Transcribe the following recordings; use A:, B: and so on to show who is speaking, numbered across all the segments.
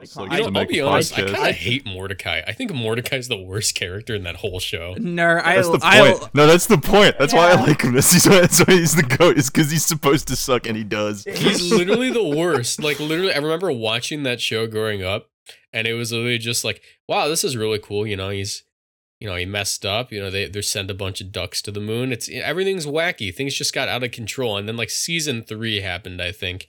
A: I
B: So
A: can't.
B: you
A: I-
B: to
C: I, will
B: make
C: be
B: a
C: honest, I
B: podcast.
C: kind of hate Mordecai. I think Mordecai's the worst character in that whole show.
A: no, I,
B: That's the
A: I,
B: point. No, that's the point. That's why
A: Yeah.
B: I like him. That's, why- that's why he's the goat. Is because he's supposed to suck, and he does.
C: He's literally the worst. Like literally, I remember watching that show growing up, and it was literally just like, wow, this is really cool. You know, he's, you know, he messed up. You know, they they send a bunch of ducks to the moon. It's eh, everything's wacky. Things just got out of control. And then like season three happened, I think.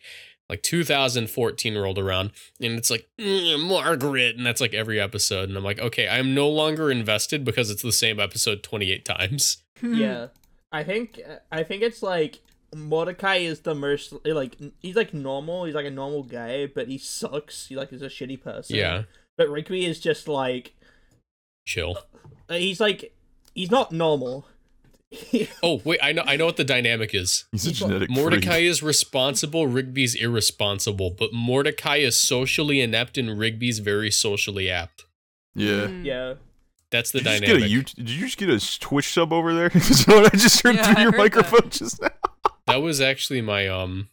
C: Like 2014 rolled around, and it's like "Mm, Margaret, and that's like every episode, and I'm like, okay, I'm no longer invested because it's the same episode 28 times.
A: yeah, I think I think it's like Mordecai is the most like he's like normal. He's like a normal guy, but he sucks. He like is a shitty person.
C: Yeah,
A: But Rigby is just like
C: chill.
A: he's like he's not normal.
C: Oh wait, I know, I know what the dynamic is.
B: He's a genetic
C: Mordecai
B: freak.
C: is responsible, Rigby's irresponsible, but Mordecai is socially inept and Rigby's very socially apt.
B: Yeah.
D: Hmm.
A: yeah.
C: That's the
B: Did you, just get a
C: dynamic.
B: you- did you just get a Twitch sub over there? Is that what I just heard
D: Yeah,
B: through
D: I
B: your
D: heard
B: microphone just now?
C: that was actually my um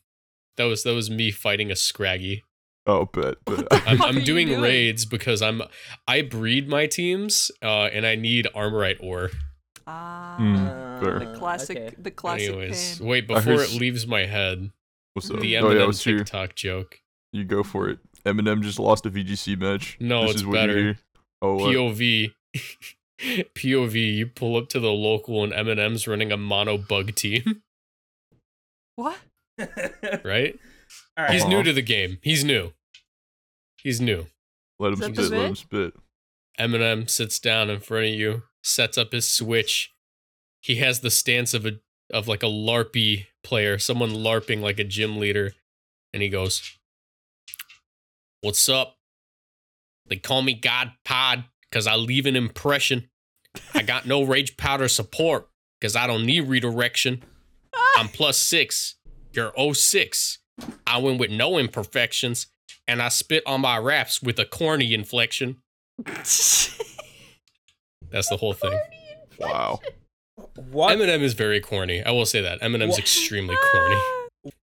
C: that was that was me fighting a scraggy.
B: Oh, bet. bet.
C: I'm,
D: What are
C: I'm
D: you
C: doing,
D: doing?
C: raids because I'm I breed my teams uh and I need armorite ore.
D: Ah,
B: Hmm.
A: Uh,
B: fair.
D: the classic,
A: okay.
D: the classic
C: Mm. Anyways,
D: pain.
C: wait
B: I heard
C: before it
B: s-
C: leaves my head.
B: What's up?
C: The
B: oh
C: Eminem
B: yeah, what's your
C: TikTok joke.
B: You go for it. Eminem just lost a VGC match.
C: No,
B: this
C: it's
B: is what
C: better.
B: You hear. Oh, what?
C: POV. POV, you pull up to the local and M&M's running a mono bug team,
D: What?
C: right?
A: All
C: He's
A: right.
C: new
B: Uh-huh.
C: to the game. He's new. He's new.
B: let him
D: Is that
B: spit.
D: the
B: Let him
D: bit?
B: spit.
C: Eminem sits down in front of you, sets up his switch. He has the stance of a of like a LARPy player, someone LARPing like a gym leader, and he goes, "What's up? They call me God Pod because I leave an impression. I got no rage powder support because I don't need redirection. I'm plus six. You're 06. I win with no imperfections, and I spit on my raps with a corny inflection. That's the whole thing.
B: Wow.
A: What?
C: Eminem is very corny. I will say that. Eminem's
A: What?
C: extremely corny.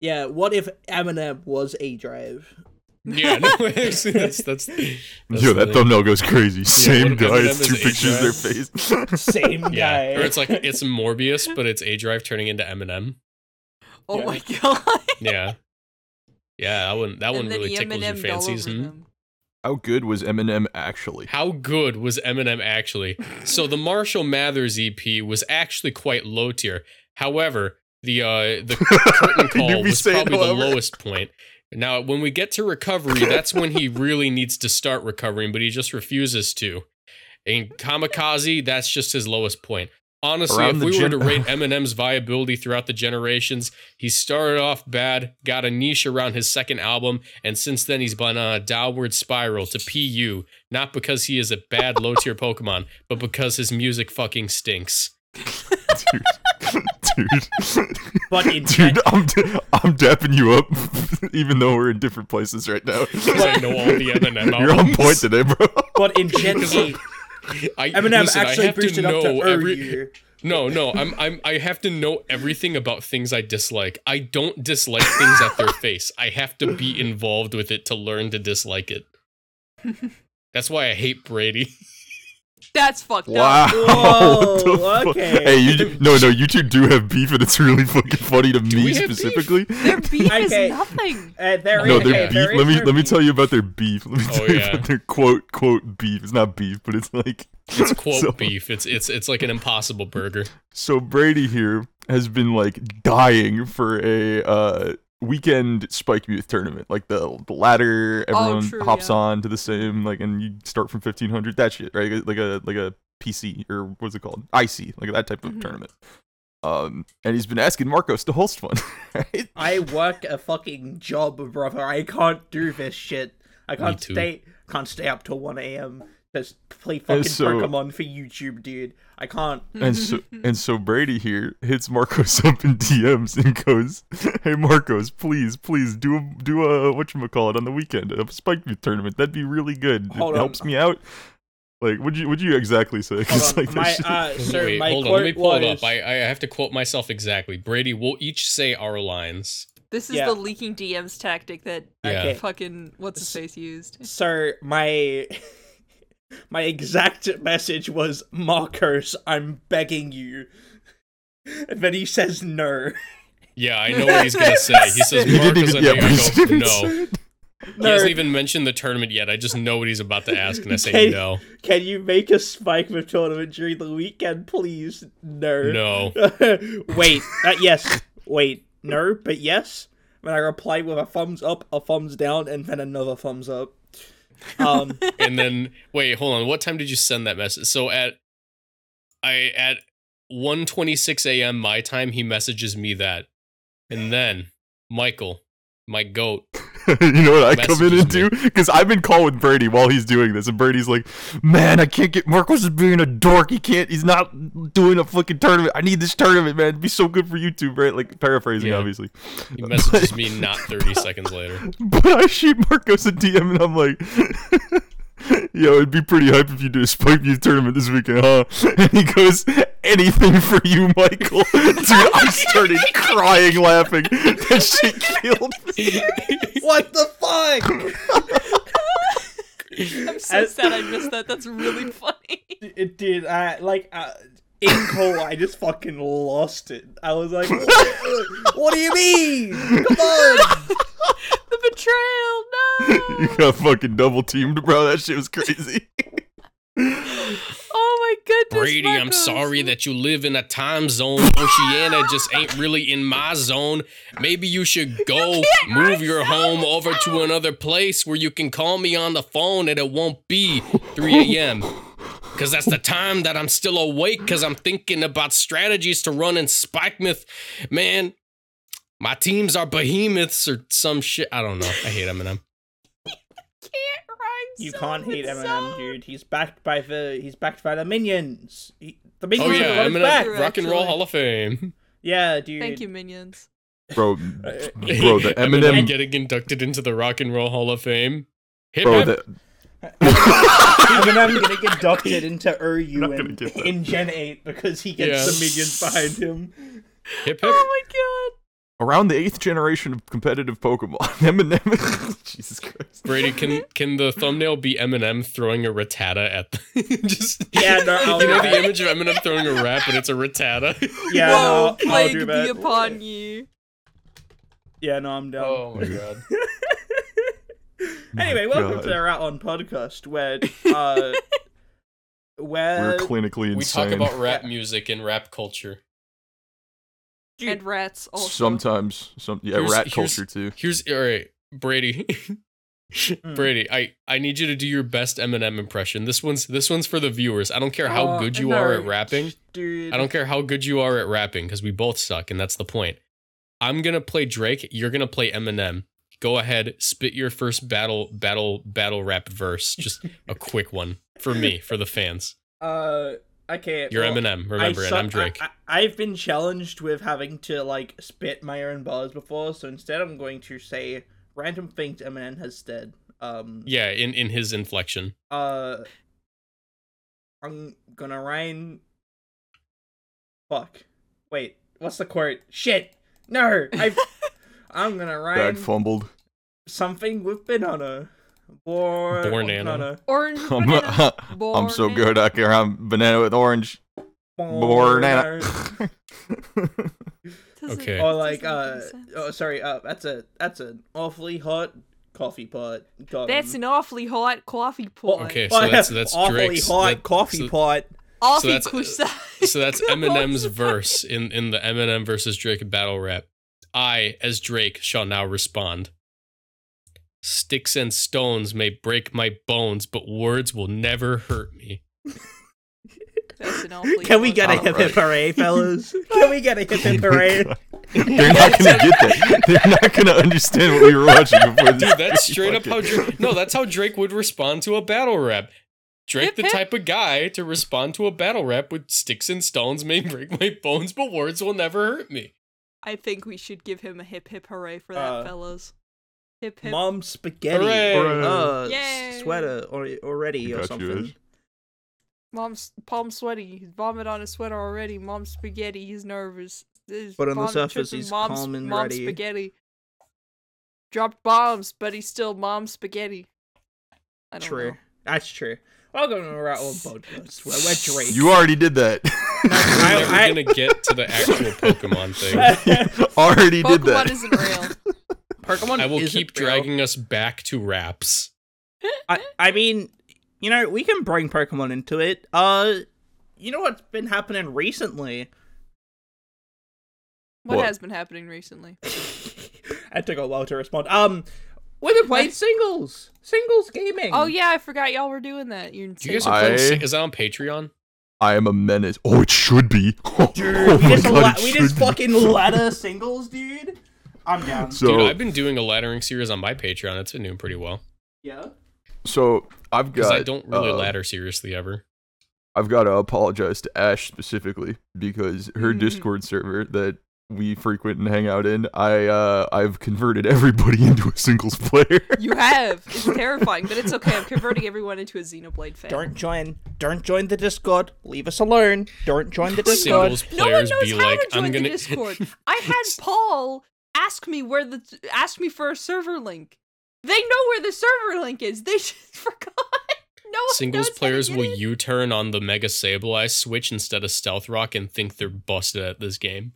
A: Yeah. What if Eminem was a drive?
C: Yeah, no, actually, that's that's. that's
B: Yo,
C: the
B: that
C: thing.
B: thumbnail goes crazy. Same
C: what-
B: guy,
C: Eminem
B: it's two
C: is
B: pictures of their
C: A-Drive.
B: face.
A: Same guy.
C: Yeah, or it's like it's Morbius, but it's A Drive turning into Eminem.
D: Oh
A: Yeah.
D: my god!
C: Yeah, yeah, that one that one
D: And then
C: really tickles your
D: Eminem all
C: fancies.
D: over
C: hmm?
D: them.
B: How good was Eminem actually?
C: How good was Eminem actually? So the Marshall Mathers EP was actually quite low tier. However, the uh the curtain
B: You
C: call
B: be
C: was
B: saying
C: probably the
B: however.
C: lowest point. Now, when we get to recovery, that's when he really needs to start recovering, but he just refuses to. And Kamikaze, that's just his lowest point. Honestly,
B: Around
C: if
B: the
C: we
B: gen-
C: were to rate Eminem's viability throughout the generations, he started off bad, got a niche around his second album, and since then he's been on a downward spiral to PU, not because he is a bad low tier Pokemon, but because his music fucking stinks.
B: Dude. Dude.
A: But in
B: Dude, I'm, I'm dapping you up, even though we're in different places right now.
C: 'Cause I know all the Eminem
B: You're on
C: albums.
B: point today, bro.
A: but in Gen E,
C: I,
A: Eminem
C: listen, I
A: actually
C: have to
A: boosted up
C: know
A: to every...
C: every- No, no, I'm I'm I have to know everything about things I dislike. I don't dislike things at their face. I have to be involved with it to learn to dislike it. That's why I hate Brady.
D: That's fucked
B: Wow.
D: up.
B: what the
A: Whoa,
B: fu-
A: okay.
B: Hey, you do, no, no, you two do have beef, and it's really fucking funny to me
C: we have beef?
B: specifically.
D: Their beef
A: Okay.
D: is nothing.
A: Uh, there
B: No,
A: is-
B: their
A: okay,
B: beef.
A: there is
B: Let me
A: no
B: let me
A: beef.
B: tell you about their beef. Let me
C: Oh,
B: tell you
C: yeah.
B: about their quote quote beef. It's not beef, but it's like
C: It's quote
B: So-
C: beef. It's it's it's like an impossible burger.
B: So Brady here has been like dying for a uh weekend spike youth tournament. Like the, the ladder, everyone
D: Oh, true,
B: hops
D: yeah.
B: on to the same like and you start from 1500 that shit, right? Like a like a PC or what's it called? IC, like that type of
D: Mhm.
B: tournament. Um and he's been asking Marcos to host one. Right?
A: I work a fucking job, brother. I can't do this shit. I can't
C: too.
A: stay can't stay up till one a.m. to play fucking
B: so-
A: Pokemon for YouTube, dude. I can't.
B: And so and so Brady here hits Marcos up in DMs and goes, "Hey Marcos, please, please do a do a what you call it on the weekend a spike meet tournament. That'd be really good. It
A: Hold on.
B: helps me out." Like, would you would you exactly say? 'Cause,
A: Hold on.
B: like,
A: my,
B: there's-
A: uh, sir,
C: Wait,
A: my
C: hold on.
A: quote
C: Let me pull
A: was,
C: it up. I I have to quote myself exactly. Brady, we'll each say our lines.
D: This is
A: Yeah.
D: the leaking DMs tactic that
C: Yeah.
A: Okay.
D: fucking what's his face used.
A: Sir, my my exact message was Marcos, I'm begging you. And then he says no.
C: Yeah, I know what he's gonna say. He says
B: He didn't
C: Marcus,
B: even.
C: I
B: Yeah,
C: think
B: but he
C: I go
B: didn't
C: no.
B: say it.
C: He hasn't even mentioned the tournament yet. I just know what he's about to ask, and I say
A: Okay.
C: no,
A: Can you make a spike with tournament during the weekend, please? No.
C: no.
A: Wait, uh, yes. Wait, no, but yes. When I reply with a thumbs up, a thumbs down, and then another thumbs up. Um,
C: and then wait, hold on. What time did you send that message? So at I at 1:26 a.m. my time, he messages me that, and then Michael, my goat,
B: you know what I come in and
C: Messages
B: do?
C: me.
B: Because I've been calling Brady while he's doing this, and Brady's like, "Man, I can't get Marcos is being a dork. He can't. He's not doing a fucking tournament. I need this tournament, man. It'd be so good for YouTube, right?" Like paraphrasing,
C: Yeah.
B: obviously.
C: he messages me not 30 seconds later.
B: But I shoot Marcos a DM, and I'm like, "Yo, it'd be pretty hype if you did a Spike View tournament this weekend, huh?" And he goes, "Anything for you, Michael." Dude, I started crying, laughing. That shit killed me.
A: what the fuck?
D: I'm so
A: I-
D: sad I missed that. That's really funny.
A: it did. I like uh, in cold. I just fucking lost it. I was like, what, what do you mean? Come on.
D: the betrayal, no!
B: You got fucking double teamed, bro. That shit was crazy.
D: Oh my goodness.
C: Brady, I'm
D: Marcos.
C: sorry that you live in a time zone. Oceania just ain't really in my zone. Maybe you should go move your home over to another place where you can call me on the phone and it won't be 3 a.m. Because that's the time that I'm still awake because I'm thinking about strategies to run in Spikemouth. Man, my teams are behemoths or some shit. I don't know. I hate Eminem.
D: can't rhyme
A: You
D: song
A: can't hate
D: with
A: Eminem,
D: song.
A: dude. He's backed by the. He's backed by the minions. He, the minions are
C: Oh, yeah.
A: on his back.
C: Eminem, Rock and Roll Hall of Fame.
A: Yeah, dude.
D: Thank you, minions.
B: Bro, bro, the
C: Eminem
B: Eminem,
C: getting inducted into the Rock and Roll Hall of Fame. Hip
B: bro,
C: hip.
B: the,
A: Eminem gonna get inducted into
B: Not
A: Uryu
B: gonna
A: in,
B: get that.
A: in Gen Eight because he gets
C: Yeah.
A: the minions behind him.
C: Hip hip.
D: Oh my
B: around the eighth generation of competitive Pokemon, Eminem. Jesus Christ.
C: Brady, can can the thumbnail be Eminem throwing a ratata at the just
A: Yeah, no, I'll
C: you
A: do
C: know the
A: that.
C: image of Eminem throwing a rap and it's a ratata.
A: Yeah, no,
D: god. Whoa,
A: I'll- I'll
D: plague
A: do
D: be
A: that.
D: upon you.
A: Yeah, no, I'm down.
B: Oh.
C: Oh my god.
A: Anyway, welcome
B: God.
A: to our Out On podcast, where uh, where
B: We're clinically
C: Uh, We talk
B: insane.
C: about rap music and rap culture.
D: And rats also.
B: Sometimes, some yeah,
C: Here's-
B: rat
C: here's-
B: culture too.
C: Here's all right, Brady. Brady, I, I need you to do your best Eminem impression. This one's this one's for the viewers. I don't care how
A: Uh,
C: good you
A: no,
C: are at rapping.
A: dude.
C: I don't care how good you are at rapping because we both suck, and that's the point. I'm gonna play Drake. You're gonna play Eminem. Go ahead, spit your first battle, battle, battle rap verse. Just a quick one for me, for the fans.
A: Uh, okay.
C: You're
A: well,
C: Eminem,
A: I
C: remember, and
A: suck-
C: I'm Drake.
A: I, I, have been challenged with having to like spit my own bars before, so instead I'm going to say random things Eminem has said. Um,
C: yeah, in in his inflection.
A: uh, I'm gonna rain. Fuck. Wait, what's the quote? Shit. No, I. I'm gonna rain
B: Bag fumbled.
A: something with banana. Born,
C: Banana.
D: Orange
B: I'm,
D: banana.
B: I'm so
D: Born-
B: good. I can I'm banana with orange. Banana.
D: Doesn't-
C: Okay.
A: or like,
D: doesn't
A: uh,
D: make any sense.
A: oh, sorry, uh, that's a that's an awfully hot coffee pot. Got
D: That's
A: him.
D: an awfully hot coffee pot.
C: Okay, so that's that's
A: awfully
C: Drake's.
A: hot
C: that-
A: coffee
C: so-
A: pot.
C: so
D: Awfully
C: that's-
A: uh,
D: so
C: So that's Eminem's verse in in the Eminem versus Drake battle rap. I, as Drake, shall now respond. Sticks and stones may break my bones, but words will never hurt me.
D: That's an awfully
A: Can we get a
D: hot
A: hip
D: coffee
A: hip hooray, fellas? Can we get a hip hip hooray?
B: They're not gonna get that. They're not gonna understand what we were watching before this.
C: Dude, that's straight up
B: Fuck
C: how
B: it.
C: Drake. No, that's how Drake would respond to a battle rap. Drake,
D: Hip,
C: the
D: hip.
C: type of guy to respond to a battle rap with sticks and stones may break my bones, but words will never hurt me.
D: I think we should give him a hip hip hooray for that,
A: Uh,
D: fellas. Hip hip.
A: Mom spaghetti
C: Hooray.
A: or uh,
D: Yay.
A: sweater or already
B: I
A: or
B: got you,
A: something.
B: Ash.
D: Mom's palm sweaty. He's vomit on his sweater already. Mom's spaghetti. He's nervous. There's
A: But on the
D: vomit
A: surface,
D: dripping.
A: he's
D: mom's,
A: calm and
D: mom's
A: ready.
D: spaghetti. dropped bombs, but he's still mom spaghetti. I don't
A: True.
D: know.
A: That's true. Welcome to our old podcast. Where we're Drake.
B: You already did that.
A: I-
C: We're
A: I-
C: gonna get to the actual Pokemon thing.
B: already did
D: Pokemon
B: that.
D: isn't real.
A: Pokemon.
C: I will
A: isn't
C: keep
A: real.
C: dragging us back to raps.
A: I, I mean, you know, we can bring Pokemon into it. Uh, you know what's been happening recently?
D: What,
B: What?
D: has been happening recently?
A: I took a while to respond. Um, we've been playing
D: What?
A: singles, singles gaming.
D: Oh yeah, I forgot y'all were doing that. You're
C: Do you guys
D: insane.
C: are playing?
B: I-
C: Is that on Patreon?
B: I am a menace. Oh, it should be. Oh,
A: we
B: my
A: just,
B: god,
A: la-
B: it
A: we just
B: should be.
A: fucking ladder singles, dude. I'm down.
B: So,
C: Dude, I've been doing a laddering series on my Patreon. It's been doing pretty well
A: yeah.
B: so I've
C: because
B: got.
C: I don't really
B: uh,
C: ladder seriously ever.
B: I've got to apologize to Ash specifically because her
D: Mm-hmm.
B: Discord server that we frequent and hang out in, I uh, I've converted everybody into a singles player.
D: You have. It's terrifying, but it's okay. I'm converting everyone into a Xenoblade fan.
A: Don't join. Don't join the Discord. Leave us alone. Don't join the Discord.
C: Singles
D: no one
C: players
D: knows
C: be
D: how
C: like,
D: to join
C: I'm
D: the
C: gonna.
D: Discord. I had Paul ask me where the ask me for a server link. They know where the server link is. They just forgot. No one knows
C: Singles
D: how to
C: players
D: get
C: will
D: in.
C: U turn on the Mega Sableye switch instead of Stealth Rock and think they're busted at this game.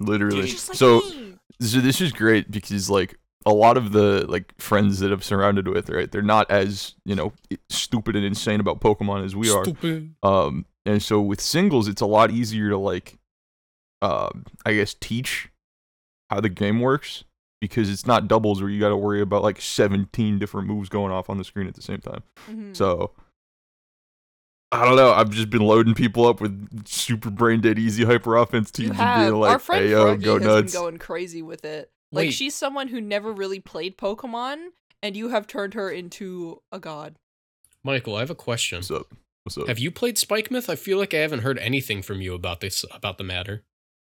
B: Literally.
D: It's just like
B: so
D: me.
B: so this is great because like a lot of the like friends that I've surrounded with, right? They're not as, you know, stupid and insane about Pokemon as we are.
C: Stupid.
B: Um, and so with singles, it's a lot easier to like, uh, I guess teach how the game works because it's not doubles where you got to worry about like 17 different moves going off on the screen at the same time.
D: Mhm.
B: So I don't know. I've just been loading people up with super brain dead easy hyper offense
D: You
B: teams and
D: have.
B: being like,
D: Our friend
B: hey yo,
D: Froggy
B: go
D: has
B: nuts.
D: been going crazy with it. Like
C: Wait.
D: she's someone who never really played Pokemon, and you have turned her into a god.
C: Michael, I have a question.
B: What's up? What's up?
C: Have you played Spike Myth? I feel like I haven't heard anything from you about this about the matter.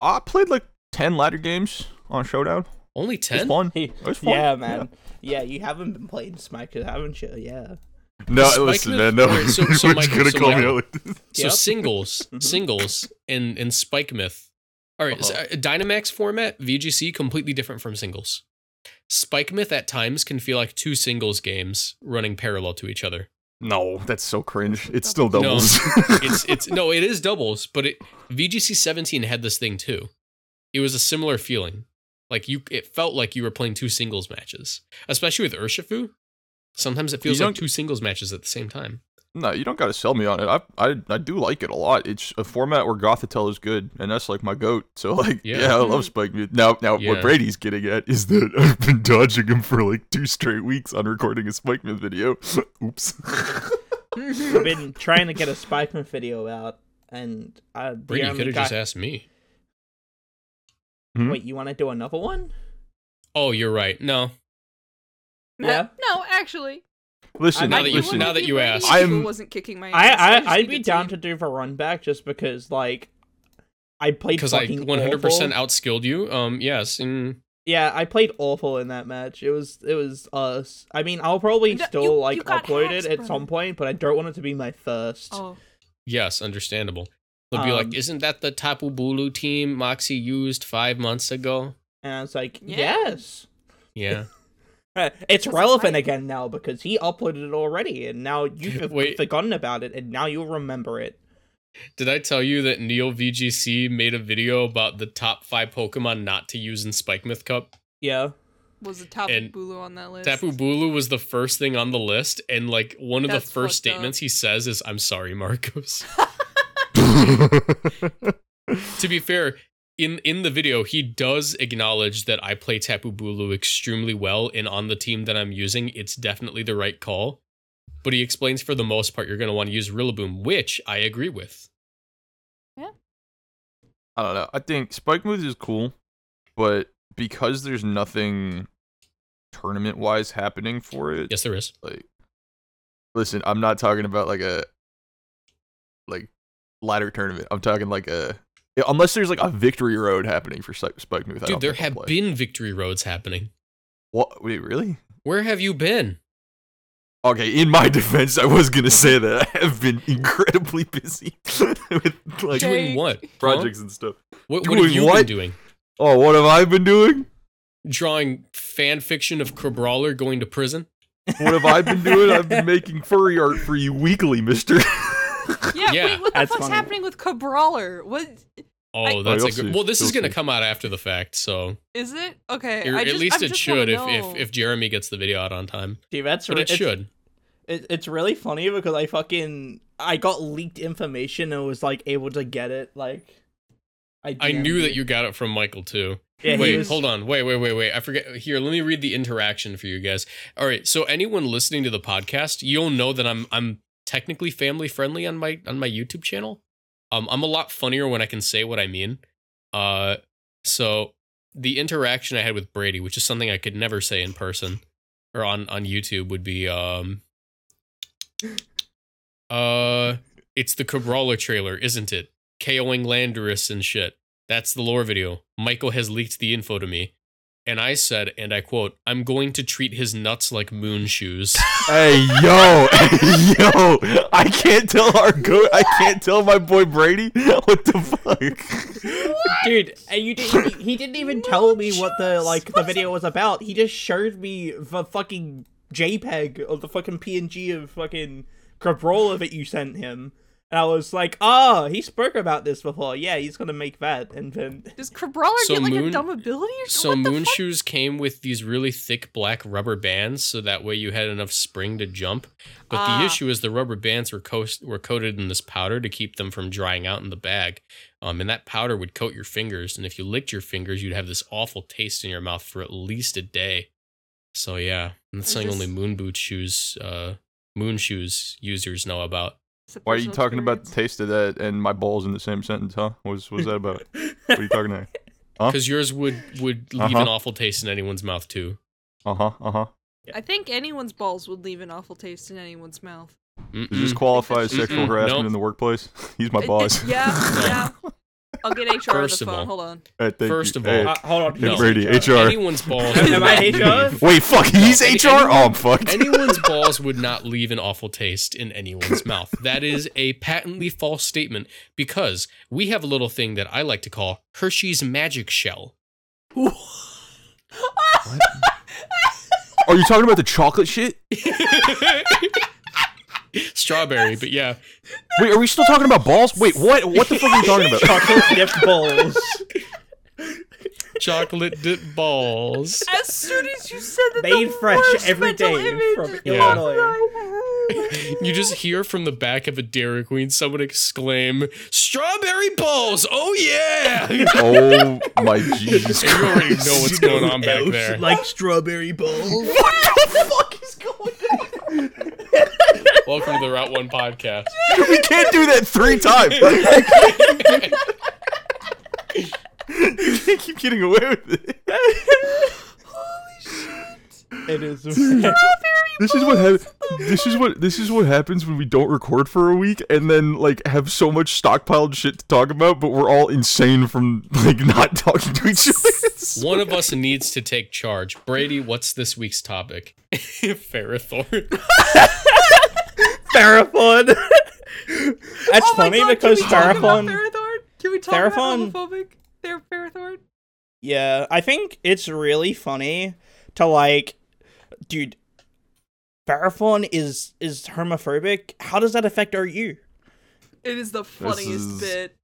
B: I played like 10 ladder games on Showdown.
C: Only
B: It's
C: ten.
B: fun. It's fun.
A: yeah, man. Yeah. you haven't been playing Smack, haven't you? Yeah.
B: No,
C: Spike
B: listen, man.
C: Myth-
B: No,
C: Alright, so- so
B: everyone's
C: Michael-
B: gonna
C: so
B: call me
C: Michael-
B: out like this.
C: So
A: Yep.
C: singles,
B: Mm-hmm.
C: singles, and and Spike Myth. All right, so,
B: Uh-huh.
C: uh, Dynamax format VGC completely different from singles. Spike Myth at times can feel like two singles games running parallel to each other.
B: No, that's so cringe. It's still
C: No.
B: doubles.
C: It's it's no, it is doubles, but it VGC 17 had this thing too. It was a similar feeling. Like you it felt like you were playing two singles matches, especially with Urshifu. Sometimes it feels
B: You
C: like
B: don't-
C: two singles matches at the same time.
B: no, you don't got to sell me on it. I, I I do like it a lot. It's a format where Gothitelle is good, and that's like my goat. So like, yeah,
C: Yeah.
B: I love Spike. Myth. Now now what
C: Yeah.
B: Brady's getting at is that I've been dodging him for like two straight weeks on recording a Spike Myth video. Oops.
A: I've been trying to get a Spikeman video out, and uh, the
C: Brady, you
A: only
C: could have
A: guy-
C: just asked me.
B: Hmm?
A: Wait, you want to do another one?
C: Oh, you're right. No.
A: Yeah.
D: No, actually,
A: I
B: listen,
A: Now might
C: Now
A: be
C: that you
A: willing
B: listen.
C: now that you asked.
B: I- I'm-
D: I wasn't kicking my.
A: I,
D: ass. just
A: I I'd
D: need
A: be
D: the
A: down
D: team.
A: to do for run back just because like I played
C: because I
A: fucking
C: 100 percent
A: awful.
C: outskilled you. Um, yes, and
A: Yeah, I played awful in that match. It was it was us. I mean, I'll probably
D: No,
A: still
D: you-
A: like
D: you got
A: upload
D: hacks,
A: it at
D: bro.
A: some point, but I don't want it to be my first.
D: Oh,
C: yes, understandable. They'll be
A: Um,
C: like, "Isn't that the Tapu Bulu team Moxie used five months ago?"
A: And I was like,
D: Yeah.
A: yes.
C: Yeah.
A: Uh, It's
D: That's
A: relevant
D: right.
A: again now because he uploaded it already, and now you've f-
C: Wait.
A: forgotten about it, and now you'll remember it.
C: Did I tell you that Neil VGC made a video about the top five Pokemon not to use in Spike Myth Cup?
A: Yeah,
D: was the Tapu
C: And
D: Bulu on that list?
C: Tapu Bulu was the first thing on the list, and like one of
D: That's
C: the first
D: fucked up.
C: statements he says is, "I'm sorry, Marcos." to be fair, in in the video, he does acknowledge that I play Tapu Bulu extremely well, and on the team that I'm using, it's definitely the right call. But he explains for the most part, you're going to want to use Rillaboom, which I agree with.
B: I don't know. I think Spike Moves is cool, but because there's nothing tournament wise happening for it,
C: Yes, there is.
B: like listen i'm not talking about like a like ladder tournament i'm talking like a yeah, unless there's like a victory road happening for Spike Spike Muth, I
C: Dude,
B: don't
C: there
B: think I'll
C: have
B: play.
C: been victory roads happening.
B: What? Wait, really?
C: Where have you been?
B: Okay, in my defense, I was gonna say that I have been incredibly busy with like
D: Jake.
C: Doing what? huh?
B: projects and stuff.
C: What, what
B: Doing
C: have you
B: what?
C: been doing?
B: Oh, what have I been doing?
C: drawing fan fiction of Crabrawler going to prison.
B: What have I been doing? I've been making furry art for you weekly, mister.
D: Yeah,
C: Yeah.
D: wait, what the
A: That's
D: fuck's
A: funny.
D: happening with Cabrawler? What
C: Oh,
D: I-
B: you'll
C: that's a good.
B: see.
C: Well, this is
B: You'll
C: going to
B: see.
C: come out after the fact, so
D: is it? Okay.
C: or
D: I
C: at
D: just-
C: least
D: I
C: it
D: just wanna
C: should if,
D: know.
C: if if Jeremy gets the video out on time.
A: Dude, that's
C: But
A: re-
C: it
A: it's-
C: should.
A: It, it's really funny because I fucking I got leaked information and was like able to get it. Like,
C: I
A: DM'd
C: knew that you got it from Michael too.
A: Yeah, he
C: wait,
A: was-
C: hold on. Wait, wait, wait, wait. I forget. Here, let me read the interaction for you guys. All right. So anyone listening to the podcast, you'll know that I'm I'm technically family friendly on my on my YouTube channel. Um, I'm a lot funnier when I can say what I mean. Uh, so the interaction I had with Brady, which is something I could never say in person or on on YouTube, would be um, uh, it's the Cabrawler trailer, isn't it? KOing Landorus and shit. That's the lore video. Michael has leaked the info to me. And I said, and I quote, I'm going to treat his nuts like moon shoes.
B: hey yo, hey, yo! I can't tell our go. I can't tell my boy Brady. What the fuck?
A: dude. And you didn't. He didn't even tell me what the like the video was about. He just showed me the fucking JPEG or the fucking PNG of fucking Crabrawler that you sent him. And I was like, oh, he spoke about this before. Yeah, he's gonna make that. And then
D: Does Cabrawler
C: So
D: get like
C: Moon-
D: a dumb ability or
C: so
D: what the
C: moon
D: fuck?
C: shoes came with these really thick black rubber bands, so that way you had enough spring to jump. But the
D: Ah.
C: issue is the rubber bands were co- were coated in this powder to keep them from drying out in the bag. Um, and that powder would coat your fingers, and if you licked your fingers, you'd have this awful taste in your mouth for at least a day. So yeah, I'm saying
D: just-
C: only moon boot shoes, uh, moon shoes users know about.
D: It's a
B: Why are you
D: personal
B: talking about the
D: experience.
B: taste of that and my balls in the same sentence? Huh? What's what's that about? What
A: Uh,
B: are you talking about? Huh?
C: Because yours would would leave an
B: Uh-huh.
C: awful taste in anyone's mouth too.
B: Uh huh. Uh huh.
D: I think anyone's balls would leave an awful taste in anyone's mouth.
B: Does this
C: Mm-mm.
B: qualify as
D: Mm-mm.
B: sexual
C: Nope.
B: harassment in the workplace? He's my
D: It- it-
B: boss.
D: yeah, yeah. I'll get HR
C: First
D: on
C: of
D: the phone.
C: all-
D: Hold on.
B: Hey, thank
C: First
B: you.
C: of all-
B: Hey.
A: Uh, hold on,
B: Hey,
A: he's
B: Brady, HR.
C: Anyone's balls. would
A: Am I
C: not
A: HR?
C: leave-
B: Wait, fuck, he's
C: Any-
B: HR? Oh, I'm fucked.
C: Anyone's balls would not leave an awful taste in anyone's mouth. That is a patently false statement because we have a little thing that I like to call Hershey's magic shell.
B: Are you talking about the chocolate shit?
C: Strawberry, but yeah.
B: Wait, are we still talking about balls? Wait, what? What the fuck are you talking about?
A: Chocolate dip balls.
C: Chocolate dip balls.
D: As soon as you said that,
A: Made
D: the
A: fresh
D: worst
A: every
D: mental
A: day
D: image
A: from
D: popped
A: Illinois.
D: up.
C: You just hear from the back of a Dairy Queen someone exclaim, Strawberry balls! Oh yeah!
B: Oh my Jesus
C: You already know what's going on back
A: Else
C: there.
A: Like strawberry balls.
C: Welcome to the Route One podcast.
B: We can't do that three times. you can't keep getting away with it.
A: it is.
B: This is what hap- this is what this is what happens when we don't record for a week and then like have so much stockpiled shit to talk about, but we're all insane from like not talking to each other. It's-
C: One of us needs to take charge. Brady, what's this week's topic? Ferrothorn.
A: Farafon. That's
D: Oh my
A: funny
D: God, can
A: because
D: we talk about
A: Farafon.
D: Ferrothorn? Can we talk
A: Ferrothorn-
D: about homophobic? They're Ferrothorn.
A: Yeah, I think it's really funny to like, dude. Farafon is is homophobic. How does that affect RU?
D: It is the funniest
B: is-
D: bit.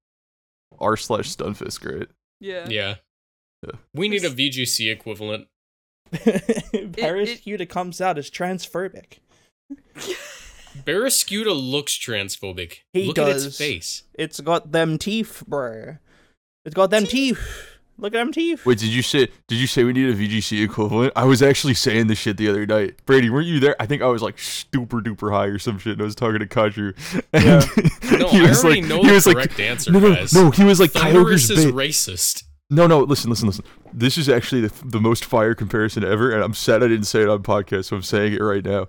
B: R slash stunfisk, right?
D: Yeah.
C: Yeah. We need a VGC equivalent.
A: Paris
D: it-
A: Huda comes out as transphobic.
C: Barrascuda looks transphobic.
A: He
C: Look at its
A: does.
C: face.
A: It's got them teeth, bro. It's got them teeth. Look at them teeth.
B: Wait, did you say did you say we need a VGC equivalent? I was actually saying this shit the other night. Brady, weren't you there? I think I was like super duper high or some shit. And I was talking to Kaju.
A: Yeah.
C: No, I already know the correct answer,
B: no, no,
C: guys.
B: no. He was like Kyogre's
C: Thunderous is
B: bait.
C: racist.
B: no, no. Listen, listen, listen. This is actually the, the most fire comparison ever, and I'm sad I didn't say it on podcast, so I'm saying it right now.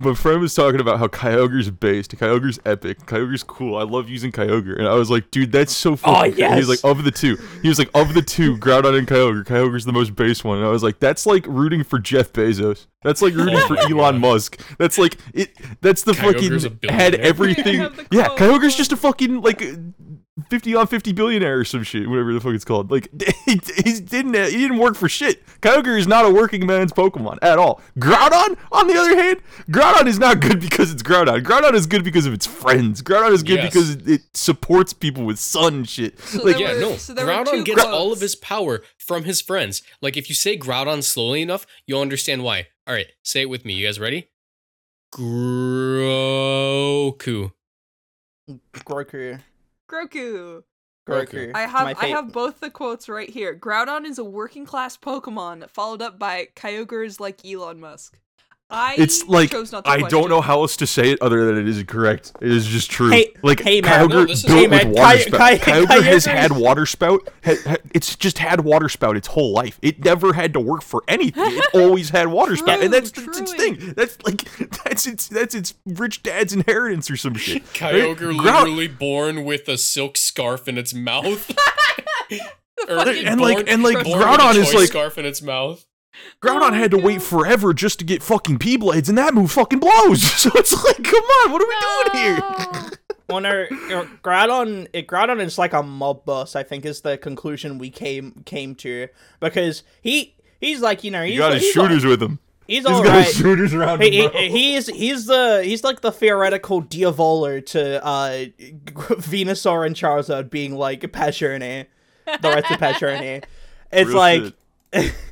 B: My friend was talking about how Kyogre's based, Kyogre's epic, Kyogre's cool. I love using Kyogre, and I was like, dude, that's so fucking. cool. He was
A: yes.
B: like, of the two, he was like, of the two, Groudon and Kyogre, Kyogre's the most base one. And I was like, that's like rooting for Jeff Bezos. That's like rooting
C: Oh
B: for
C: my
B: Elon
C: God.
B: Musk. That's like it. That's the
C: Kyogre's a
B: fucking had
C: billionaire.
B: everything.
D: have the
B: Yeah,
D: clothes
B: Kyogre's
D: on.
B: just a fucking like fifty on fifty billionaire or some shit, whatever the fuck it's called. Like he, he didn't he didn't work for shit. Kyogre is not a working man's Pokemon at all. Groudon, on the other hand, Groudon is not good because it's Groudon. Groudon is good because of its friends. Groudon is good
C: Yes.
B: because it, it supports people with sun and shit.
D: So
B: like
D: there
C: Yeah,
D: were-
C: no.
D: so there were two
C: Groudon gets
D: quotes.
C: all of his power from his friends. Like if you say Groudon slowly enough, you'll understand why. All right, say it with me. You guys ready? Groku.
A: Groku.
D: Groku.
A: Groku.
D: I have
A: My
D: I
A: fa-
D: have both the quotes right here. Groudon is a working class Pokemon, followed up by Kyogre is like Elon Musk. I
B: It's like
D: chose not to
B: I don't
D: question.
B: know how else to say it other than it is incorrect. It is just true.
A: Hey-
B: like
A: hey, man.
B: Kyogre
C: No, this is-
B: built
C: hey,
B: with
A: man,
B: water
A: Ky-
B: spout.
A: Ky-
B: Kyogre has
A: Kyogre-
B: had water spout. ha- ha- it's just had water spout its whole life. It never had to work for anything. It always had water spout, and
D: True,
B: that's that's its
D: true.
B: thing. That's like that's its that's its rich dad's inheritance or some shit. right? Ground-
C: Kyogre literally born with a silk scarf in its mouth. Or
B: and like- and like
C: born with a
B: Groudon is
C: toy
B: like-
C: scarf in its mouth.
B: Groudon
D: Oh,
B: had to
D: no.
B: wait forever just to get fucking P blades, and that move fucking blows. So it's like, come on, what are we doing here?
D: No.
A: Well, no, Gr- Groudon, eh, Groudon is like a mob boss. I think is the conclusion we came came to because he he's like you know he's, he's, all-
B: with him.
A: he's
B: He's
A: all
B: got
A: right.
B: his shooters around him.
A: He,
B: bro.
A: he, he's he's the he's like the theoretical Diavolo to uh, Venusaur and Charizard being like Passione, the rest of Passione. It's
B: Real
A: like
B: shit.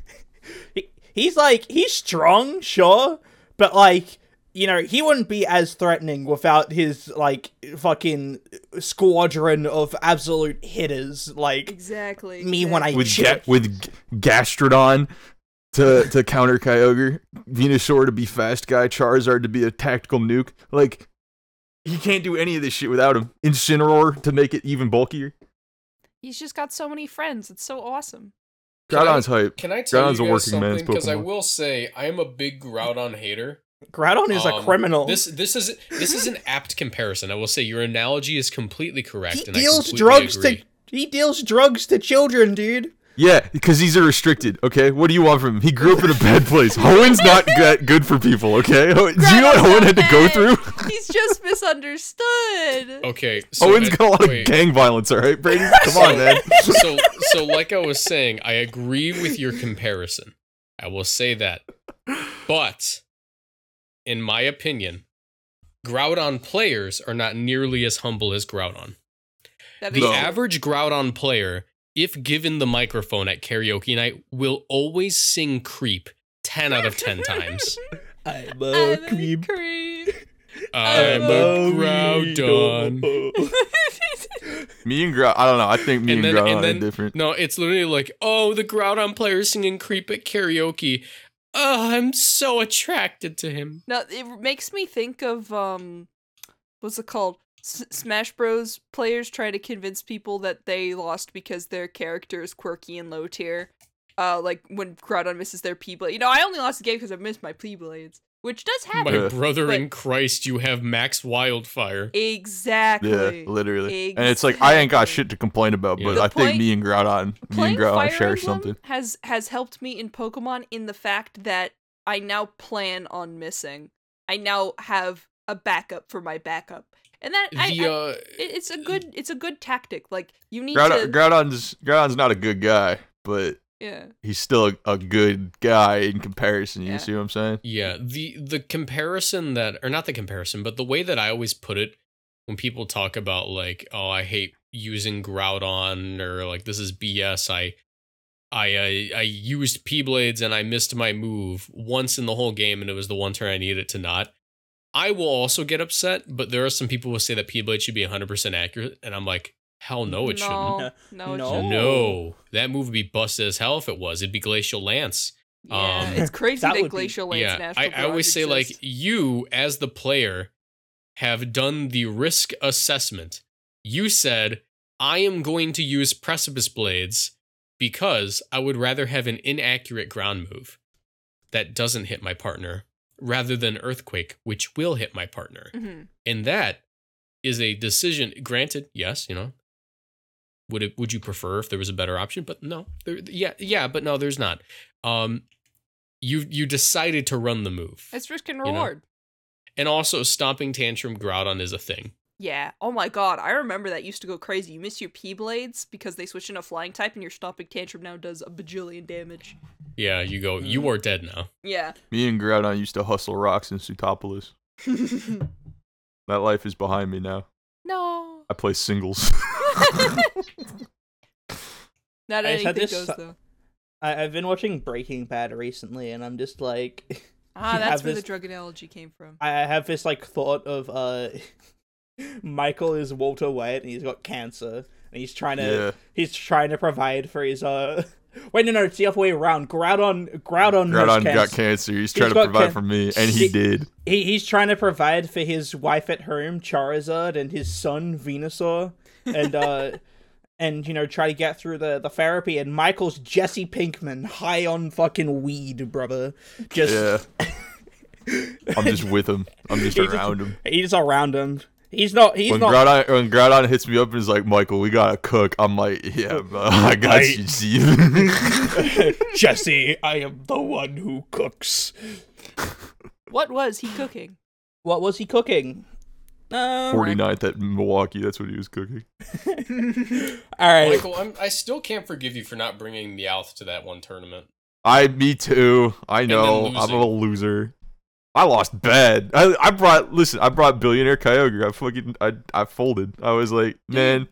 A: he- he's like he's strong, sure, but like you know he wouldn't be as threatening without his like fucking squadron of absolute hitters like
D: Exactly.
A: me when I
B: with ga-
A: chip.
B: with G- Gastrodon to to counter Kyogre, Venusaur to be fast guy, Charizard to be a tactical nuke. Like you can't do any of this shit without him. Incineroar to make it even bulkier.
D: He's just got so many friends. It's so awesome.
C: Can I-
B: Groudon's hype.
C: Can I tell
B: Groudon's a
C: you guys
B: working man's
C: something? Because I
B: Pokemon.
C: will say I am a big Groudon hater.
A: Groudon is a
C: Um,
A: criminal.
C: This this is this is an apt comparison. I will say your analogy is completely correct.
A: he
C: and I
A: deals
C: completely
A: drugs
C: agree.
A: to he deals drugs to children, dude.
B: Yeah, because these are restricted. Okay, what do you want from him? He grew up in a bad place. Hoen's not that good for people. Okay, Ho- do you know what Hoenn had to go through?
D: He's just misunderstood.
C: Okay, so
B: Hoen's
C: I-
B: got a lot of
C: wait.
B: gang violence. All right, Brady, come on, man.
C: so so like I was saying, I agree with your comparison. I will say that. But in my opinion, Groudon players are not nearly as humble as Groudon.
D: That
C: The
D: makes
B: No.
D: sense.
C: average Groudon player, if given the microphone at karaoke night, will always sing creep 10 out of 10 times.
A: I'm
D: I'm
A: a
D: a
A: creep.
D: creep.
C: I'm
D: I'm
C: a
D: a
C: Groudon.
B: Me and Groudon, I don't know. I think me and,
C: And then-
B: Groudon
C: and then-
B: are different.
C: No, it's literally like, oh, the Groudon player is singing creep at karaoke. Oh, I'm so attracted to him.
D: Now it makes me think of um, what's it called? S- Smash Bros. players trying to convince people that they lost because their character is quirky and low tier. Uh, like when Groudon misses their P blade. You know, I only lost the game because I missed my P blades, which does happen.
C: My
B: Yeah.
C: brother in
D: But-
C: Christ, you have Max Wildfire.
D: Exactly.
B: Yeah, literally. And it's like I ain't got shit to complain about, but
D: The
B: I think
D: point-
B: me and Groudon, me
D: Playing
B: and Groudon
D: Fire
B: share
D: Emblem
B: something.
D: has has helped me in Pokemon in the fact that I now plan on missing. I now have a backup for my backup, and that I,
C: The
D: I-
C: uh,
D: it- it's a good it's a good tactic. Like you need to
B: Groudon, Groudon's Groudon's not a good guy, but
D: yeah.
B: he's still a, a good guy in comparison. You
D: Yeah.
B: see what I'm saying?
C: yeah, the the comparison that or not the comparison, but the way that I always put it when people talk about like, oh, I hate using Groudon or like this is BS. I I I, I used P blades and I missed my move once in the whole game, and it was the one turn I needed to not. I will also get upset, but there are some people who say that P blade should be 100% accurate, and I'm like, hell no, it shouldn't.
D: no, no, it
A: No.
D: shouldn't.
C: No, that move would be busted as hell if it was. It'd be Glacial Lance.
D: Yeah,
C: Um,
D: it's crazy
A: That
D: that,
A: would be-
D: Glacial Lance
C: yeah, I,
D: National
C: I always
D: Park
C: say like
D: exists.
C: you as the player have done the risk assessment. You said I am going to use Precipice Blades because I would rather have an inaccurate ground move that doesn't hit my partner rather than Earthquake, which will hit my partner.
D: Mhm.
C: And that is a decision. Granted, yes, you know, would it? Would you prefer if there was a better option? But no, there. Yeah, yeah, but no, there's not. Um, you you decided to run the move,
D: it's risk and
C: know?
D: reward.
C: and also stomping tantrum Groudon is a thing.
D: Yeah. Oh my god, I remember that used to go crazy. You miss your P blades because they switch into flying type and your stomping tantrum now does a bajillion damage.
C: Yeah, you go, you are dead now.
D: Yeah.
B: Me and Groudon used to hustle rocks in Sutopolis. That life is behind me now.
D: no.
B: I play singles.
D: Not
A: I just
D: anything
A: had this
D: goes
A: su-
D: though.
A: I- I've been watching Breaking Bad recently, and I'm just like,
D: Ah,
A: you
D: that's
A: have
D: where the
A: this-
D: drug analogy came from.
A: I I have this like thought of uh, Michael is Walter White, and he's got cancer, and he's trying to
B: yeah.
A: he's trying to provide for his uh. Wait, no, no, it's the other way around. Groudon, Groudon, has
B: Groudon got
A: cancer.
B: cancer. He's trying to
A: got
B: provide
A: can-
B: for me, and he
A: He-
B: did.
A: He, he's trying to provide for his wife at home, Charizard, and his son Venusaur, and uh, and you know try to get through the the therapy. And Michael's Jesse Pinkman, high on fucking weed, brother. Just
B: Yeah. I'm just with him. I'm just
A: He's just-
B: around him.
A: he's around him. He's not. He's
B: When
A: not.
B: Groudon, when Groudon hits me up and is like, Michael, we gotta cook, I'm like, yeah, bro, I got
A: Right.
B: you, Steve.
A: Jesse, I am the one who cooks.
D: What was he cooking?
A: What was he cooking? Um,
B: 49th at Milwaukee, that's what he was cooking.
A: all right.
C: Michael, I'm, I still can't forgive you for not bringing Meowth to that one tournament.
B: I, me too. I
C: then
B: know, I'm
C: losing.
B: a loser. I lost bad. I, I brought, listen, I brought Billionaire Kyogre. I fucking, I, I folded. I was like, man,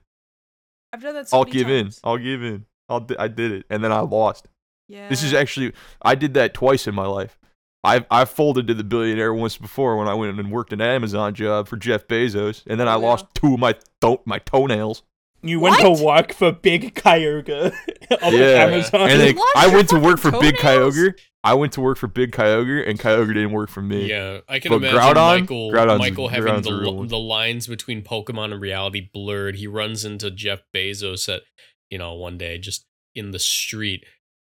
D: I've done that so
B: I'll
D: many
B: give in.
D: times.
B: I'll give in. I'll, di- I did it. And then I lost.
D: Yeah.
B: This is actually I did that twice in my life. I I folded to the billionaire once before when I went and worked an Amazon job for Jeff Bezos, and then I
D: Oh, yeah.
B: lost two of my th- my toenails.
A: You went
D: What?
A: to work for Big Kyogre on
B: Yeah.
A: Amazon.
B: And
D: You
B: then
D: lost
B: I
D: your
B: went to work for
D: fucking
B: Big
D: toenails?
B: Kyogre. I went to work for Big Kyogre, and Kyogre didn't work for me.
C: Yeah, I can
B: But
C: imagine
B: Groudon?
C: Michael,
B: Groudon's-
C: Michael having
B: Groudon's
C: the,
B: a real
C: li-
B: one.
C: the lines between Pokemon and reality blurred. He runs into Jeff Bezos at, you know, one day just in the street.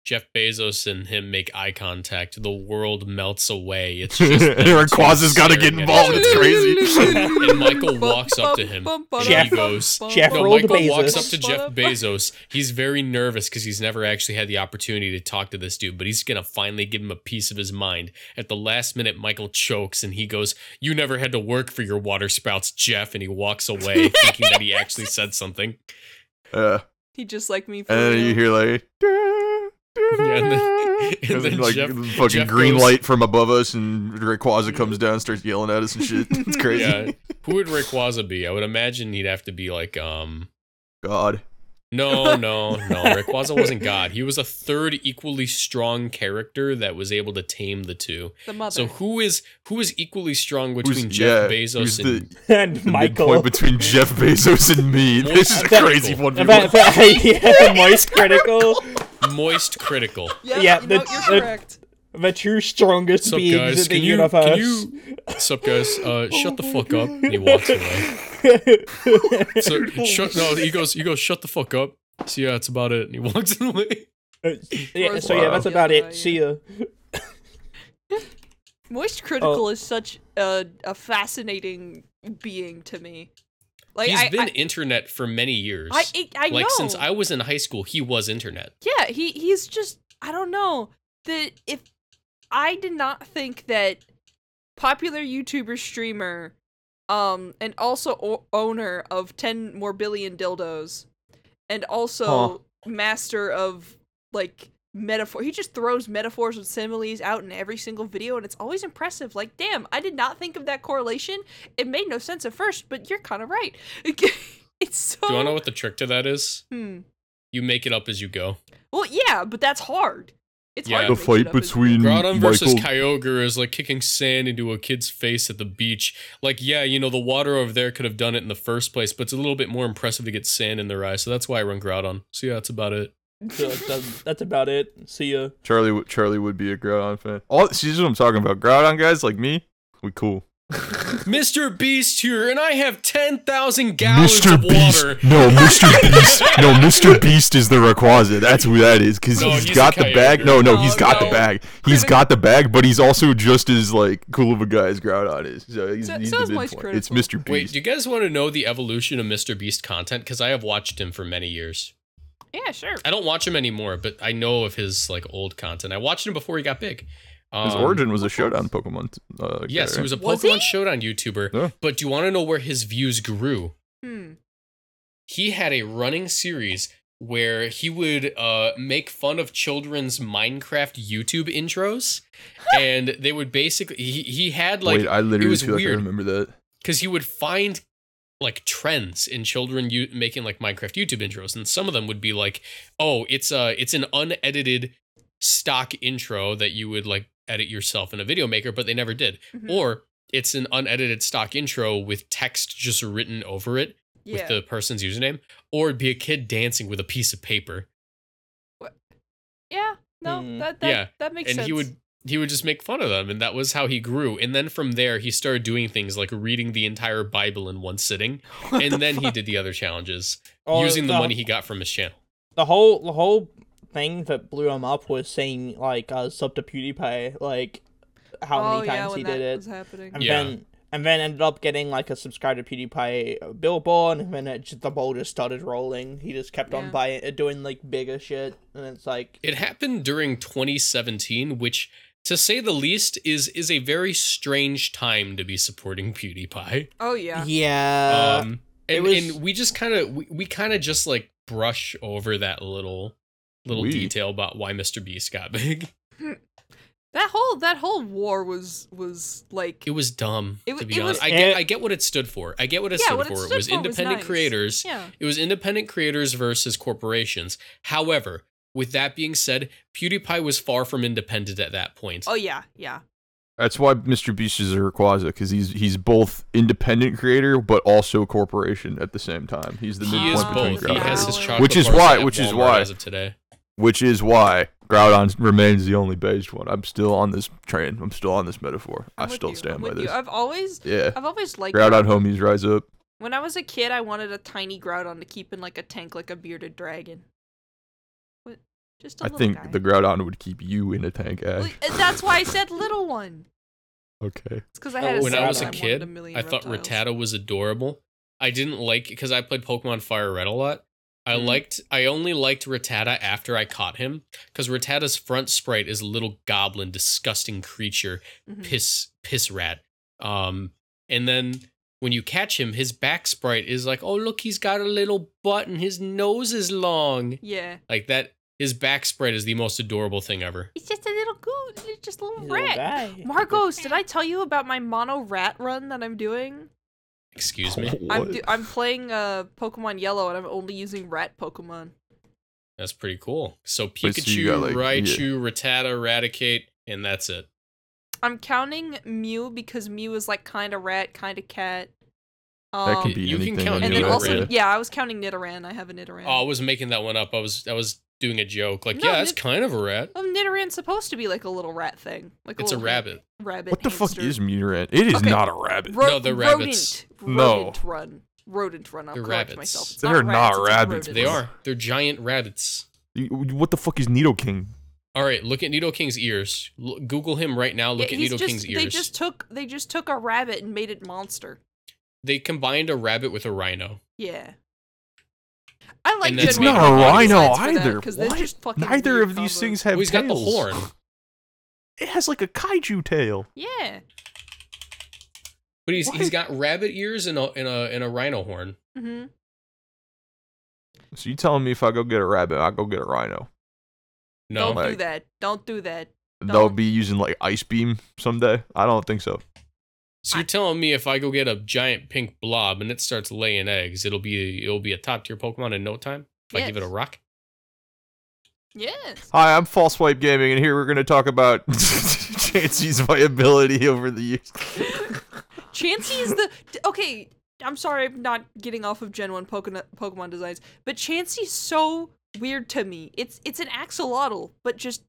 C: Jeff Bezos and him make eye contact. The world melts away. It's just them
B: Aaron
C: two
B: Quaz has got to get
C: staring at
B: involved.
C: each
B: It's
C: other.
B: crazy.
C: And Michael walks up to him,
A: and he
C: goes,
A: Jeff
C: No,
A: rolled
C: Michael walks
A: Bezos.
C: up to Jeff Bezos. He's very nervous because he's never actually had the opportunity to talk to this dude, but he's gonna finally give him a piece of his mind. At the last minute, Michael chokes and he goes, "You never had to work for your water spouts, Jeff." And he walks away, thinking that he actually said something.
B: Uh,
D: He just like me for
B: and then
D: real.
B: you hear like.
C: and then- and
B: And then,
C: then
B: like
C: Jeff-
B: fucking
C: Jeff
B: green
C: goes-
B: light from above us, and Rayquaza comes down, and starts yelling at us and shit. It's crazy.
C: Yeah, who would Rayquaza be? I would imagine he'd have to be like, um,
B: God,
C: No, no, no. Rayquaza wasn't God. He was a third equally strong character that was able to tame the two.
D: the mother.
C: So who is who is equally strong between
B: Who's-
C: Jeff
B: yeah, who's
C: Bezos
B: the-
C: and
A: and
B: the
A: Michael.
B: midpoint between Jeff Bezos and me. This is
A: Michael.
B: crazy. One
A: If I- if I- yeah, Moist Critical,
C: Moist Critical?
D: yeah,
A: yeah,
D: you know,
A: the-
D: you're
A: the-
D: correct.
A: the two strongest
C: What's up,
A: beings
C: guys?
A: in the
C: Can you,
A: universe.
C: can you? What's up, guys?
D: Oh
C: Uh, shut the fuck up. And he walks away. So shut. No, he goes. He goes. Shut the fuck up. So yeah, that's about it. And he walks away.
A: Uh, yeah, so yeah,
B: Wow.
A: that's about
D: Yeah,
A: it. See ya.
D: Moist
A: Oh.
D: Critical is such a, a fascinating being to me. Like
C: He's
D: I,
C: been
D: I,
C: internet for many years.
D: I, I, I
C: like
D: know.
C: since I was in high school, he was internet.
D: yeah, he he's just I don't know that if I did not think that popular YouTuber streamer, um, and also o- owner of ten more billion dildos, and also master of like metaphor. He just throws metaphors and similes out in every single video, and it's always impressive. Like, damn, I did not think of that correlation. It made no sense at first, but you're kind of right. it's so.
C: Do you want to know what the trick to that is?
D: Hmm.
C: You make it up as you go. Well,
D: Well, yeah, but that's hard. It's
C: Yeah.
D: hard.
B: the
D: to make
B: fight
D: shit up, isn't
B: between
C: Groudon versus
B: Michael.
C: Kyogre is like kicking sand into a kid's face at the beach. Like, yeah, you know, the water over there could have done it in the first place, but it's a little bit more impressive to get sand in their eye. So that's why I run Groudon. So yeah, that's about it.
A: So
D: it?
A: that's, that's about it. See ya.
B: Charlie, would- Charlie would be a Groudon fan. All see, this is what I'm talking about. Groudon guys like me, we cool.
C: Mr. Beast here, and I have 10,000 gallons of water.
B: no, Mr. Beast, no, Mr. Beast is the Rayquaza. That's who that is because
C: No,
B: he's
C: he's a
B: got the bag.
C: Kyogre.
B: No, no,
D: No,
B: he's got
D: no.
B: the bag. He's
D: Critical-
B: got the bag, but he's also just as like cool of a guy as Groudon is. So he's,
D: So-
B: he's
D: so
B: the
D: is Moist
B: midpoint. It's
D: Critical.
B: Mr. Beast.
C: Wait, do you guys want to know the evolution of Mr. Beast content? Because I have watched him for many years.
D: yeah, sure.
C: I don't watch him anymore, but I know of his like old content. I watched him before he got big.
B: His
C: Um,
B: origin was a showdown Pokemon. Uh,
C: Yes, he
B: guy,
C: was a
D: Was
C: Pokemon
D: he?
C: Showdown YouTuber.
B: Yeah.
C: But do you want to know where his views grew?
D: Hmm.
C: He had a running series where he would uh, make fun of children's Minecraft YouTube intros, and they would basically he, he had
B: right?
C: like
B: Wait, I literally
C: was
B: feel
C: weird.
B: like I remember that.
C: because he would find like trends in children you making like Minecraft YouTube intros, and some of them would be like, "Oh, it's a it's an unedited stock intro that you would like edit yourself in a video maker," but they never did.
D: Mhm.
C: Or it's an unedited stock intro with text just written over it with
D: Yeah.
C: the person's username, or it'd be a kid dancing with a piece of paper,
D: yeah. No,
A: Hmm.
D: that that,
C: Yeah,
D: that makes
C: and
D: sense.
C: he would. He would just make fun of them, and that was how he grew. And then from there, he started doing things like reading the entire Bible in one sitting, and then he did the other challenges
A: Oh,
C: using the money he got from his channel.
A: the whole the whole thing that blew him up was saying like uh sub to PewDiePie, like how
D: oh,
A: many
D: yeah,
A: times
D: when
A: he
D: that
A: did it.
D: was happening.
A: and
C: Yeah.
A: then and then ended up getting like a subscribe to PewDiePie billboard, and then it just, the ball just started rolling. He just kept
D: Yeah.
A: on buying, uh, doing like bigger shit, and it's like
C: It happened during 2017, which to say the least is is a very strange time to be supporting PewDiePie.
D: Oh yeah.
B: Uh,
A: yeah,
C: um
A: it
C: and,
A: was-
C: and we just kind of we, we kind of just like brush over that little little
B: We.
C: detail about why Mr. Beast got big.
D: That whole that whole war was was like
C: It was dumb.
D: It wa-
C: to be
D: it was-
C: honest, I get
A: Eh.
C: I get what it stood for. I get what it
D: Yeah,
C: stood
D: what
C: for.
D: it
C: It,
D: stood
C: was
D: for was
C: independent
D: nice.
C: creators.
D: yeah.
C: It was independent creators versus corporations. However, with that being said, PewDiePie was far from independent at that point.
D: Oh yeah, yeah.
B: That's why Mr. Beast is a Rayquaza because he's he's both independent creator but also corporation at the same time. He's the
C: he is
B: midpoint between
C: both. He
B: creators.
C: has his chocolate
D: Which
B: is
C: bars
B: why-
C: at
B: which is
C: Walmart
B: why.
C: As of today,
B: which is why Groudon remains the only beige one. I'm still on this train. I'm still on this metaphor.
D: I'm
B: i
D: with
B: still
D: you, I'm
B: stand by
D: with you.
B: this.
D: I've always
B: Yeah,
D: I've always liked
B: Groudon homies rise up.
D: When I was a kid, I wanted a tiny Groudon to keep in like a tank like a bearded dragon. What? Just
B: I
D: a little
B: think
D: guy.
B: the Groudon would keep you in a tank. eh?
D: Well,
B: Ash.
D: and That's why I said little one.
B: Okay.
D: It's because I had a
C: Oh, when I was a
D: Saturn, wanted
C: kid,
D: a million
C: I thought
D: reptiles.
C: Rattata was adorable. I didn't like because I played Pokemon Fire Red a lot. I
D: Mm-hmm.
A: Mhm.
C: liked. I only liked Rattata after I caught him because Rattata's front sprite is a little goblin, disgusting creature,
D: Mhm.
C: piss piss rat. Um, and then when you catch him, his back sprite is like, oh look, he's got a little butt and his nose is long.
D: Yeah,
C: Like that. His back sprite is the most adorable thing ever.
D: it's just a little goo, it's just a little
A: little
D: rat.
A: guy.
D: Margos, did I tell you about my mono rat run that I'm doing?
C: Excuse me.
D: I'm
B: What?
D: do- I'm playing uh Pokemon Yellow and I'm only using rat Pokemon.
C: That's pretty cool. So
B: Wait, so you
C: Pikachu,
B: got, like-
C: Raichu, Rattata, Raticate, and that's it.
D: I'm counting Mew because Mew is like kind of rat, kind of cat. Um,
B: That could be
C: you can
B: anything. on
C: count
D: and
B: the
D: then
C: Nidoran.
B: internet,
D: also,
B: yeah.
D: yeah, I was counting Nidoran. I have a Nidoran.
C: Oh, I was making that one up. I was I was doing a joke. Like,
D: No,
C: yeah, that's
D: Nid-
C: kind of a rat.
D: Well, Um, Nidoran's supposed to be like a little rat thing. Like
C: It's a
D: little
C: rabbit.
D: ha- rabbit.
B: What the fuck
D: hamster.
B: is Mutant? It is
D: Okay.
B: not a rabbit.
D: Ro-
C: No, they're rabbits.
D: Rodent,
B: No.
D: rodent run. Rodent run. I'll
C: They're
D: correct
C: rabbits.
D: myself. It's
B: They're not
D: it's a
B: rabbits,
D: rodent.
C: They are. They're giant rabbits.
B: You- What the fuck is Needle King?
C: All right, look at Nido King's ears. L- Google him right now.
D: Yeah,
C: Look at
D: he's
C: Nido
D: just-
C: King's ears.
D: They just took they just took a rabbit and made it monster.
C: They combined a rabbit with a rhino.
D: Yeah. I like
C: And
B: It's
C: It's
B: not a
C: made up body
B: rhino
D: size for that,
B: either.
D: 'cause they're
B: What?
D: just fucking
B: Neither
D: weird
B: of these
D: combos.
B: things have
C: Well, Oh, he's got the
B: tails.
C: horn.
B: It has like a kaiju tail.
D: Yeah.
C: But he's
B: What?
C: he's got rabbit ears and a and a and a rhino horn.
D: hmm
B: So you telling me if I go get a rabbit, I go get a rhino?
C: No.
D: Don't do
B: Like-
D: that. Don't do that.
B: They'll
D: Don't.
B: be using like ice beam someday. I don't think so.
C: So you're telling me if I go get a giant pink blob and it starts laying eggs, it'll be it'll be a top tier Pokemon in no time? If I give it a
D: Yes.
C: rock?
D: Yes.
B: Hi, I'm False Wipe Gaming, and here we're gonna talk about Chansey's viability over the years.
D: Chansey is the d- okay. I'm sorry, I'm not getting off of Gen One Pokemon, Pokemon designs, but Chansey's so weird to me. It's it's an axolotl, but just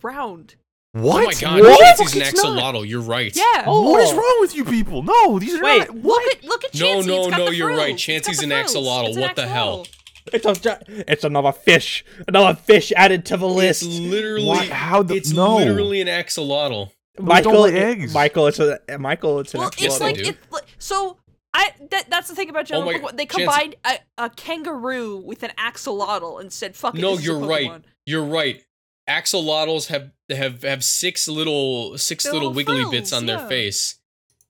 D: round.
B: What?
C: Oh my god,
B: What?
C: Chansey's an
B: It's not-
C: axolotl. You're right.
D: Yeah.
A: Oh,
B: What is wrong with you people? No, these are
A: Wait,
B: not.
D: Look at look at
C: No,
D: Chansey.
C: no,
D: it's got
C: no,
D: the
C: you're
D: frills.
C: right.
D: It's got
C: Chansey's
D: the
C: an
D: frills.
C: axolotl.
D: It's an
C: What the hell?
D: axolotl.
A: It's a, gi- it's another fish, another fish added to the
C: It's
A: list.
C: literally
B: Why- how the-
C: it's
B: no.
C: literally an axolotl.
A: Michael,
B: lay eggs.
A: Michael, it's a Michael, it's an
D: Well,
A: axolotl.
C: Yes,
D: it's like
C: do.
D: it's like, so. I that, that's the thing about Gen
C: Oh
D: One
C: my-
D: Pokemon. They
C: Chansey-
D: combined a, a kangaroo with an axolotl and said, "Fuck it."
C: No,
D: this is a
C: you're right.
D: Pokemon."
C: You're right. axolotls have have have six little six
D: They're
C: little
D: little
C: wiggly
D: frills,
C: bits on
D: yeah.
C: their face.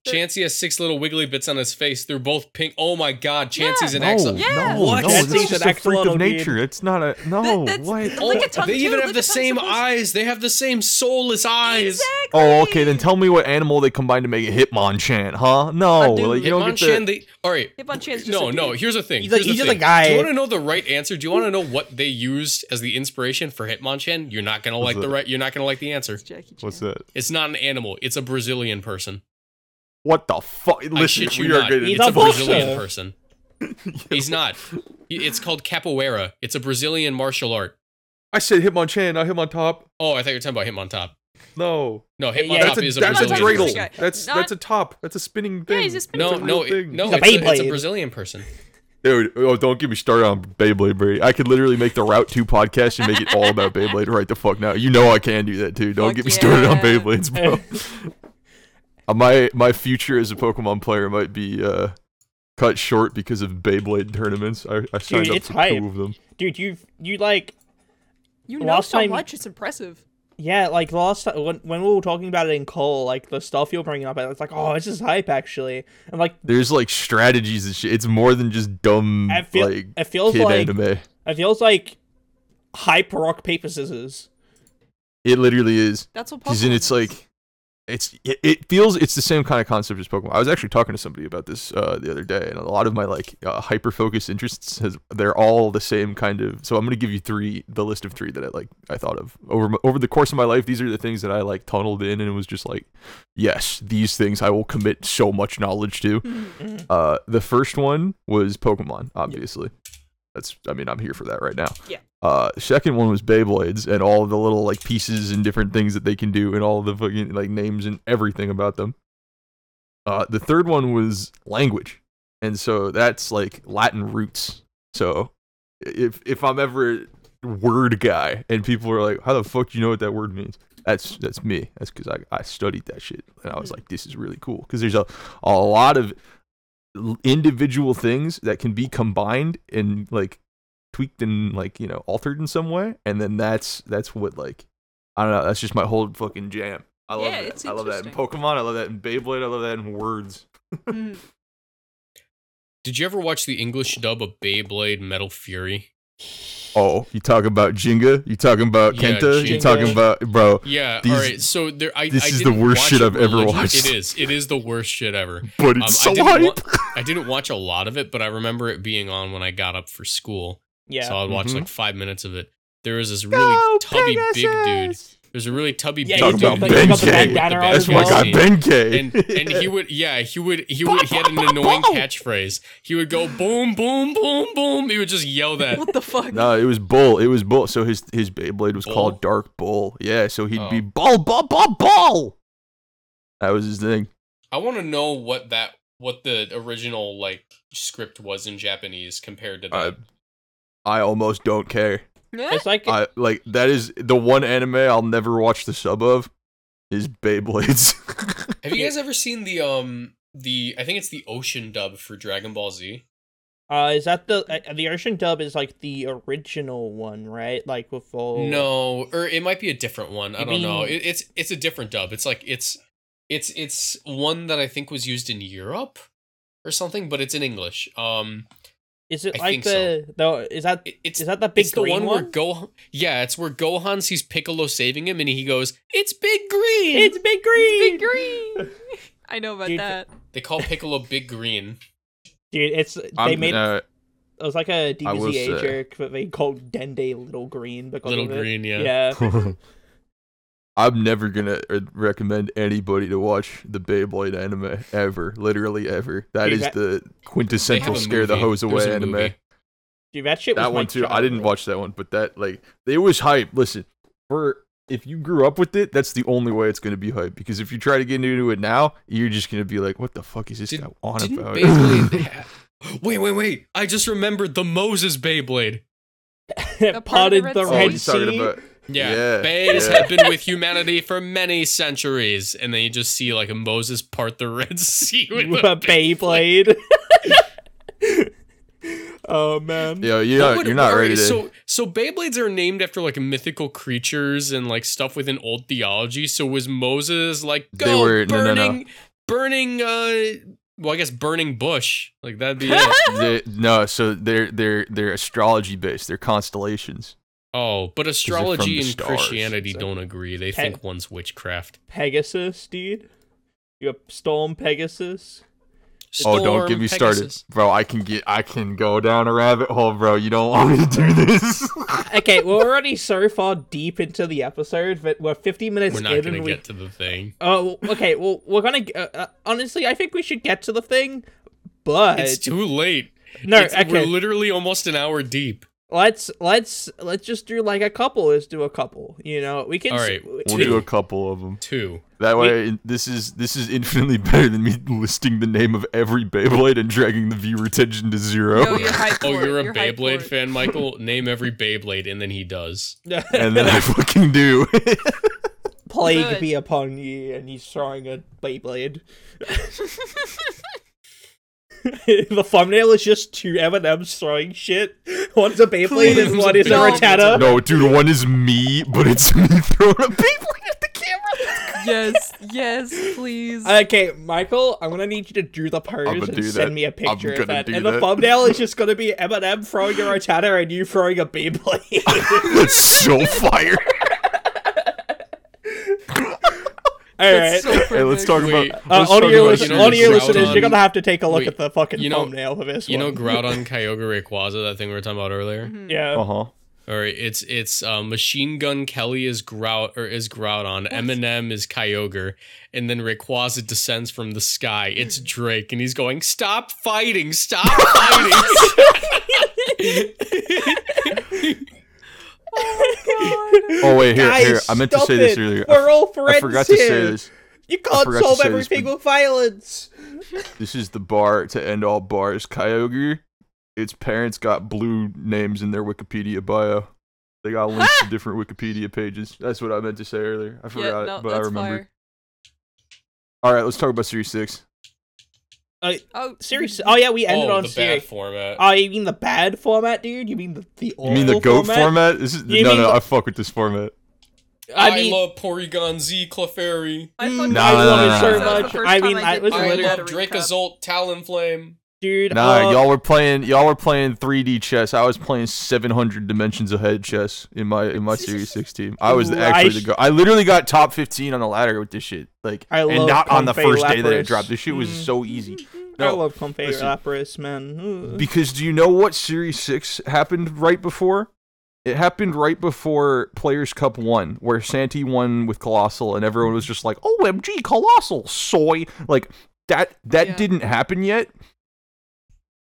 D: They're-
C: Chansey has six little wiggly bits on his face. They're both pink. Oh my god, Chansey's an
B: no,
C: axolotl.
D: Yeah.
B: no,
A: What?
B: no,
A: That's
B: that's
A: just
B: just
A: an
B: a freak
A: axolotl,
B: of
A: dude.
B: nature. It's not a no.
D: That- that's-
B: what?
D: Oh, Lick a tongue
C: they
D: too,
C: even
D: lick
C: have
D: a
C: the
D: tongue's
C: same
D: supposed-
C: eyes. They have the same soulless eyes.
D: Exactly.
B: Oh, okay. Then tell me what animal they combined to make a Hitmonchan, huh? No,
D: Uh, dude,
B: like, you don't
C: Hitmonchan,
B: get the.
C: they, all right.
D: Hitmonchan's just
C: No,
D: a
C: no.
D: dude.
C: Here's the thing.
A: He's like-
C: here's the
A: he's just a
C: thing.
A: guy.
C: Do you want to know the right answer? Do you want to know what they used as the inspiration for Hitmonchan? You're not gonna
B: What's
C: like
B: that?
C: the right. You're not gonna like the answer.
D: Jackie Chan.
B: What's that?
C: It's not an animal. It's a Brazilian person.
B: What the fuck?
C: I
B: Listen,
C: shit you
B: we are
C: not.
B: good.
A: He's
C: It's a
A: a boxer.
C: Brazilian person. He's not. It's called capoeira. It's a Brazilian martial art.
B: I said Hitmonchan, not him on top.
C: Oh, I thought you were talking about him on top.
B: No,
C: No, him
A: Yeah,
C: on
A: yeah,
C: top
B: that's a
C: is a
B: that's a
C: Brazilian
B: dreidel.
D: Brazilian
C: person.
D: guy.
B: That's
D: Not-
B: that's a top. That's a spinning
D: Yeah,
B: thing.
D: he's a spinning
C: No,
D: It's a
C: no,
B: real
C: it-
B: thing.
C: no.
A: He's a
C: It's a, it's a
A: Beyblade.
C: Brazilian person.
B: Dude, oh, don't get me started on Beyblade, Brady. I could literally make the Route 2 podcast and make it all about Beyblade right the fuck now. You know I can do that too. Don't
D: Fuck
B: get me started on
D: yeah.
B: Beyblades, bro. Uh, my my future as a Pokemon player might be uh, cut short because of Beyblade tournaments. I, I signed up
A: it's
B: for
A: hype.
B: two of them.
A: dude, you you like
D: You know
A: Last
D: so
A: time-
D: much. It's impressive.
A: yeah, like last time when, when we were talking about it in Cole, like the stuff you're bringing up, I was like, oh, this is hype actually, and like
B: There's like strategies and shit. It's more than just dumb
A: I feel-
B: like
A: it feels
B: kid
A: like-
B: anime.
A: it feels like hype rock paper scissors.
B: It literally is.
D: That's what.
B: Because then
D: Pokemon
B: it's
D: is.
B: like, it's it, it feels it's the same kind of concept as Pokemon. I was actually talking to somebody about this uh, the other day, and a lot of my like uh, hyper focus interests has they're all the same kind of. So I'm gonna give you three the list of three that I like I thought of over my, over the course of my life. These are the things that I like tunneled in and was just like, yes, these things I will commit so much knowledge to. Uh, the first one was Pokemon, obviously. That's I mean I'm here for that right now.
D: Yeah.
B: Uh, second one was Beyblades and all the little like pieces and different things that they can do and all the fucking like names and everything about them. Uh, the third one was language, and so that's like Latin roots. So if if I'm ever word guy and people are like, how the fuck do you know what that word means? That's that's me. That's because I, I studied that shit and I
D: Hmm.
B: was like, this is really cool because there's a a lot of l- individual things that can be combined and like tweaked and like you know altered in some way and then that's that's what like i don't know that's just my whole fucking jam i love
D: Yeah,
B: that
D: it's
B: i love that in
D: interesting.
B: pokemon i love that in beyblade i love that in words
D: Mm.
C: Did you ever watch the English dub of Beyblade Metal Fury?
B: oh you talking about jinga you talking about
C: Yeah,
B: kenta you
A: Jenga.
B: talking about bro
C: Yeah.
B: These-
C: all right. So there, I
B: this
C: I
B: is the
C: didn't
B: worst
C: watch
B: shit
C: it
B: I've ever
C: religiously.
B: watched.
C: It is. It is the worst shit ever.
B: but
C: Um,
B: it's
C: I,
B: so
C: didn't
B: hype
C: wa- I didn't watch a lot of it, but I remember it being on when I got up for school.
A: Yeah,
C: So I'd watch
B: Mhm.
C: like five minutes of it. There was this really tubby big dude. There's a really tubby
A: yeah,
C: big
B: Talking
A: he's got
C: dude.
B: about
A: the- he's
C: with
A: got the
B: Benkei.
A: bandana
C: the
A: on
C: best
A: as
B: that's Oh my
A: well.
B: guy
C: I've seen.
B: benkei
C: and and he would yeah he would he would he had an annoying catchphrase he would go boom boom boom boom he would just yell that
D: What the fuck?
B: No, it was Bull. It was Bull. So his his Beyblade was
C: Bull?
B: called Dark Bull. Yeah, so he'd be
C: Oh.
B: Bull, Bull, Bull, Bull. That was his thing.
C: i want to know what that what the original like script was in japanese compared to that
B: I almost don't care.
D: Eh?
A: It's like
B: I like that is the one anime I'll never watch the sub of is Beyblades.
C: have you guys ever seen the um the i think it's the ocean dub for dragon ball z
A: Uh, is that the uh, the Ocean dub is like the original one, right? Like with all
C: no or it might be a different one i
A: Oh. You
C: don't know
A: mean-
C: it, it's it's a different dub it's like it's it's it's one that i think was used in europe or something but it's in english um
A: Is it
C: I
A: like
C: think
A: the the is that
C: it, it's
A: is that the big
C: it's the
A: green
C: one,
A: one?
C: where Gohan. Yeah, it's where Gohan sees Piccolo saving him, and he goes, "It's Big Green."
A: It's big green.
D: Big green. I know about
A: Dude,
D: that.
C: they call Piccolo Big Green.
A: Dude, it's they made
B: uh,
A: it was like a
B: will
A: DBZ
B: say-
A: jerk, but they called Dende Little Green because
C: Little
A: of it.
C: Green, yeah.
A: Yeah,
B: I'm never gonna uh, recommend anybody to watch the Beyblade anime ever, literally ever. That
A: Dude,
B: is
A: that-
B: the
C: They
B: quintessential
C: have a
B: scare the
C: movie.
B: hose away
C: There's a
B: anime.
C: movie.
A: dude, that shit. was
B: that
A: my
B: one too. I didn't
A: childhood.
B: watch that one, but that like it was hype. Listen, for if you grew up with it, that's the only way it's gonna be hype. Because if you try to get into it now, you're just gonna be like, "What the fuck is this
C: Did-
B: guy on
C: Didn't
B: about?"
C: Beyblade ha- wait, wait, wait! I just remembered the Moses Beyblade.
D: The part of
A: Parted
D: the
A: the
D: Red
B: oh,
A: Red
B: he's
A: Sea.
B: talking about
C: Yeah,
B: Yeah,
C: Bays
B: yeah.
C: have been with humanity for many centuries, and then you just see like a Moses part the Red Sea with
A: with a Beyblade. Oh man.
B: Yo, you know,
C: What would-
B: you're not
C: all right,
B: ready to.
C: So, so Beyblades are named after like mythical creatures and like stuff within old theology. So was Moses like
B: They
C: go
B: were- no, no,
C: burning,
B: no.
C: burning? uh Well, I guess burning bush. Like that'd be it.
B: they- no, so they're they're they're astrology based. They're constellations.
C: oh, but astrology
B: the
C: and
B: stars,
C: Christianity
B: so-
C: don't agree. They
A: Hey.
C: think one's witchcraft.
A: Pegasus, dude. You have Storm Pegasus.
B: oh, don't get
C: Storm
B: me
C: Pegasus.
B: started, bro. I can get I can go down a rabbit hole, bro. You don't want me to do this.
A: Okay, we're already so far deep into the episode that we're 50 minutes
C: We're not
A: in
C: gonna
A: and we
C: get to the thing.
A: Oh, okay. Well, we're gonna. Uh, uh, honestly, I think we should get to the thing, but
C: It's too late.
A: no.
C: It's- We're
A: okay,
C: literally almost an hour deep.
A: let's let's let's just do like a couple. Let's do a couple. You know, we can.
C: All
A: s-
C: right,
A: w-
B: we'll do a couple of them.
C: Two.
B: That way, this is this is infinitely better than me listing the name of every Beyblade and dragging the viewer attention to zero.
D: No, you're hype
C: Oh,
D: for it,
C: you're a
D: hype for
C: Beyblade
D: it.
C: fan, Michael. Name every Beyblade, and then he does.
B: and then I fucking do.
A: Plague
D: Good.
A: be upon you, and he's throwing a Beyblade. the thumbnail is just two M and M's throwing shit. One's a Beyblade, and
C: One's a
A: one is a
D: Beyblade.
A: Rattata.
B: no, dude, one is me, but it's me throwing a Beyblade at the camera.
D: yes, yes, please.
A: Okay, Michael, I'm gonna need you to do the pose
B: I'ma
A: and
B: do
A: send
B: that.
A: me a picture
B: I'm
A: of
B: gonna
A: that.
B: do
A: And the
B: that.
A: thumbnail is just gonna be Eminem throwing a rotata and you throwing a Beyblade.
B: That's so fire.
A: Alright.
D: so
B: hey, let's
D: perfect.
B: talk
C: Wait.
B: about.
A: uh,
B: let's
A: all
B: talk
A: of your,
B: about
A: listen-
C: you know
A: all of your
C: the
A: listeners,
C: Groudon-
A: you're gonna have to take a look
C: Wait,
A: at the fucking
C: you know-
A: thumbnail for this
C: You know
A: one.
C: Groudon, Kyogre, Rayquaza, that thing we were talking about earlier.
A: yeah.
B: Uh-huh.
C: All right, it's it's uh, Machine Gun Kelly is Groud or is Groudon, Eminem is Kyogre, and then Rayquaza descends from the sky. It's
A: Mm.
C: Drake, and he's going, "Stop fighting! Stop fighting!"
B: Oh wait, here,
A: Guys,
B: here. I meant to
A: stop
B: say this
A: it.
B: earlier.
A: We're all friends
B: I forgot to
A: here.
B: say this.
A: You can't
B: forgot to
A: solve
B: say this,
A: everything
B: but-
A: with violence.
B: This is the bar to end all bars. Kyogre. Its parents got blue names in their Wikipedia bio. They got links to different Wikipedia pages. That's what I meant to say earlier. I forgot,
D: yeah,
B: it,
D: no,
B: but I
D: that's
B: remembered.
D: fire.
B: All right, let's talk about Series Six.
D: Oh,
A: Seriously. Oh yeah, we ended
C: oh,
A: on
C: the
A: series.
C: bad format.
A: Oh, you mean the bad format, dude? You mean the the
B: You mean the
A: awful
B: goat format? This is
A: You
B: no,
A: mean
B: no.
A: the-
B: I fuck with this format.
A: I
C: I,
A: mean-
C: love Porygon Z Clefairy.
D: I
A: Mm,
D: fucking
B: Nah,
A: I
B: nah,
A: love
B: nah,
A: it so
B: nah.
A: much.
D: That's the first
A: I
D: time
A: mean,
D: I
A: I
D: did
A: was
D: that.
C: I
A: literally,
C: love
D: Battery
C: Dracozolt, Talonflame.
A: dude.
B: Nah,
A: uh,
B: y'all were playing. Y'all were playing 3D chess. I was playing 700 dimensions ahead chess in my in my Series Six team. I was the,
A: Ooh, I
B: actually
A: sh-
B: the goat. I literally got top 15 on the ladder with this shit. Like,
A: I
B: and
A: love
B: not on the
A: Comfey
B: first day that it
A: Lapras.
B: dropped. This shit was
A: Mm.
B: so easy.
A: I
B: No,
A: love Comfey
B: listen.
A: Lapras, man. Ooh.
B: Because do you know what Series 6 happened right before? It happened right before Players Cup 1, where Santi won with Colossal, and everyone was just like, OMG, Colossal, soy. Like, that, that
D: Yeah.
B: didn't happen yet.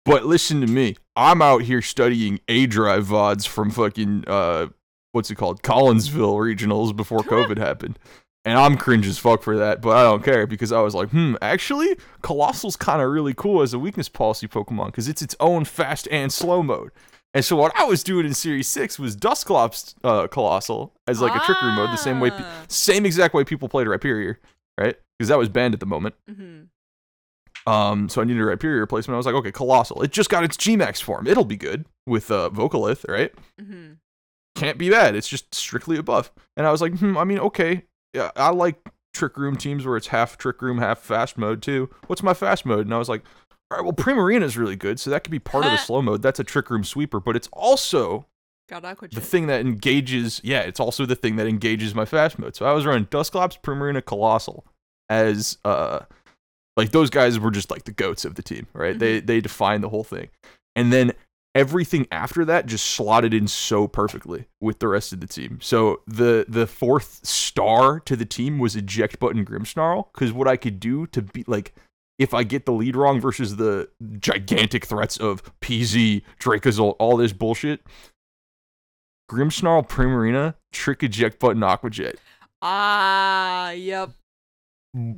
B: But listen to me. I'm out here studying A Drive VODs from fucking, uh, what's it called? Collinsville regionals before COVID happened. And I'm cringe as fuck for that, but I don't care because I was like, hmm, actually, Colossal's kind of really cool as a weakness policy Pokemon because it's its own fast and slow mode. And so what I was doing in Series 6 was Dusclops uh, Colossal as like a trickery mode, the same way, pe-
D: Ah.
B: same exact way people played Rhyperior, right? Because that was banned at the moment.
D: Mhm.
B: Um, so I needed a Rhyperior replacement. I was like, okay, Colossal. It just got its Gmax form. It'll be good with uh, Vocalith, right?
D: Mhm.
B: can't be bad. It's just strictly a buff. And I was like, hmm, I mean, okay, yeah, I like trick room teams where it's half trick room, half fast mode too. What's my fast mode? And I was like, all right, well, Primarina is really good, so that could be part of the slow mode. That's a trick room sweeper, but it's also
D: Got Aqua
B: the
D: Jet.
B: thing that engages. Yeah, it's also the thing that engages my fast mode. So I was running Dusclops, Primarina, Colossal as uh, like those guys were just like the goats of the team, right? They they defined the whole thing, and then everything after that just slotted in so perfectly with the rest of the team. So the the fourth star to the team was eject button Grimmsnarl because what I could do to be like. If I get the lead wrong versus the gigantic threats of PZ, Dracozolt, all this bullshit, Grimmsnarl Primarina, Trick Eject Button Aqua Jet.
D: Ah, yep.
B: make one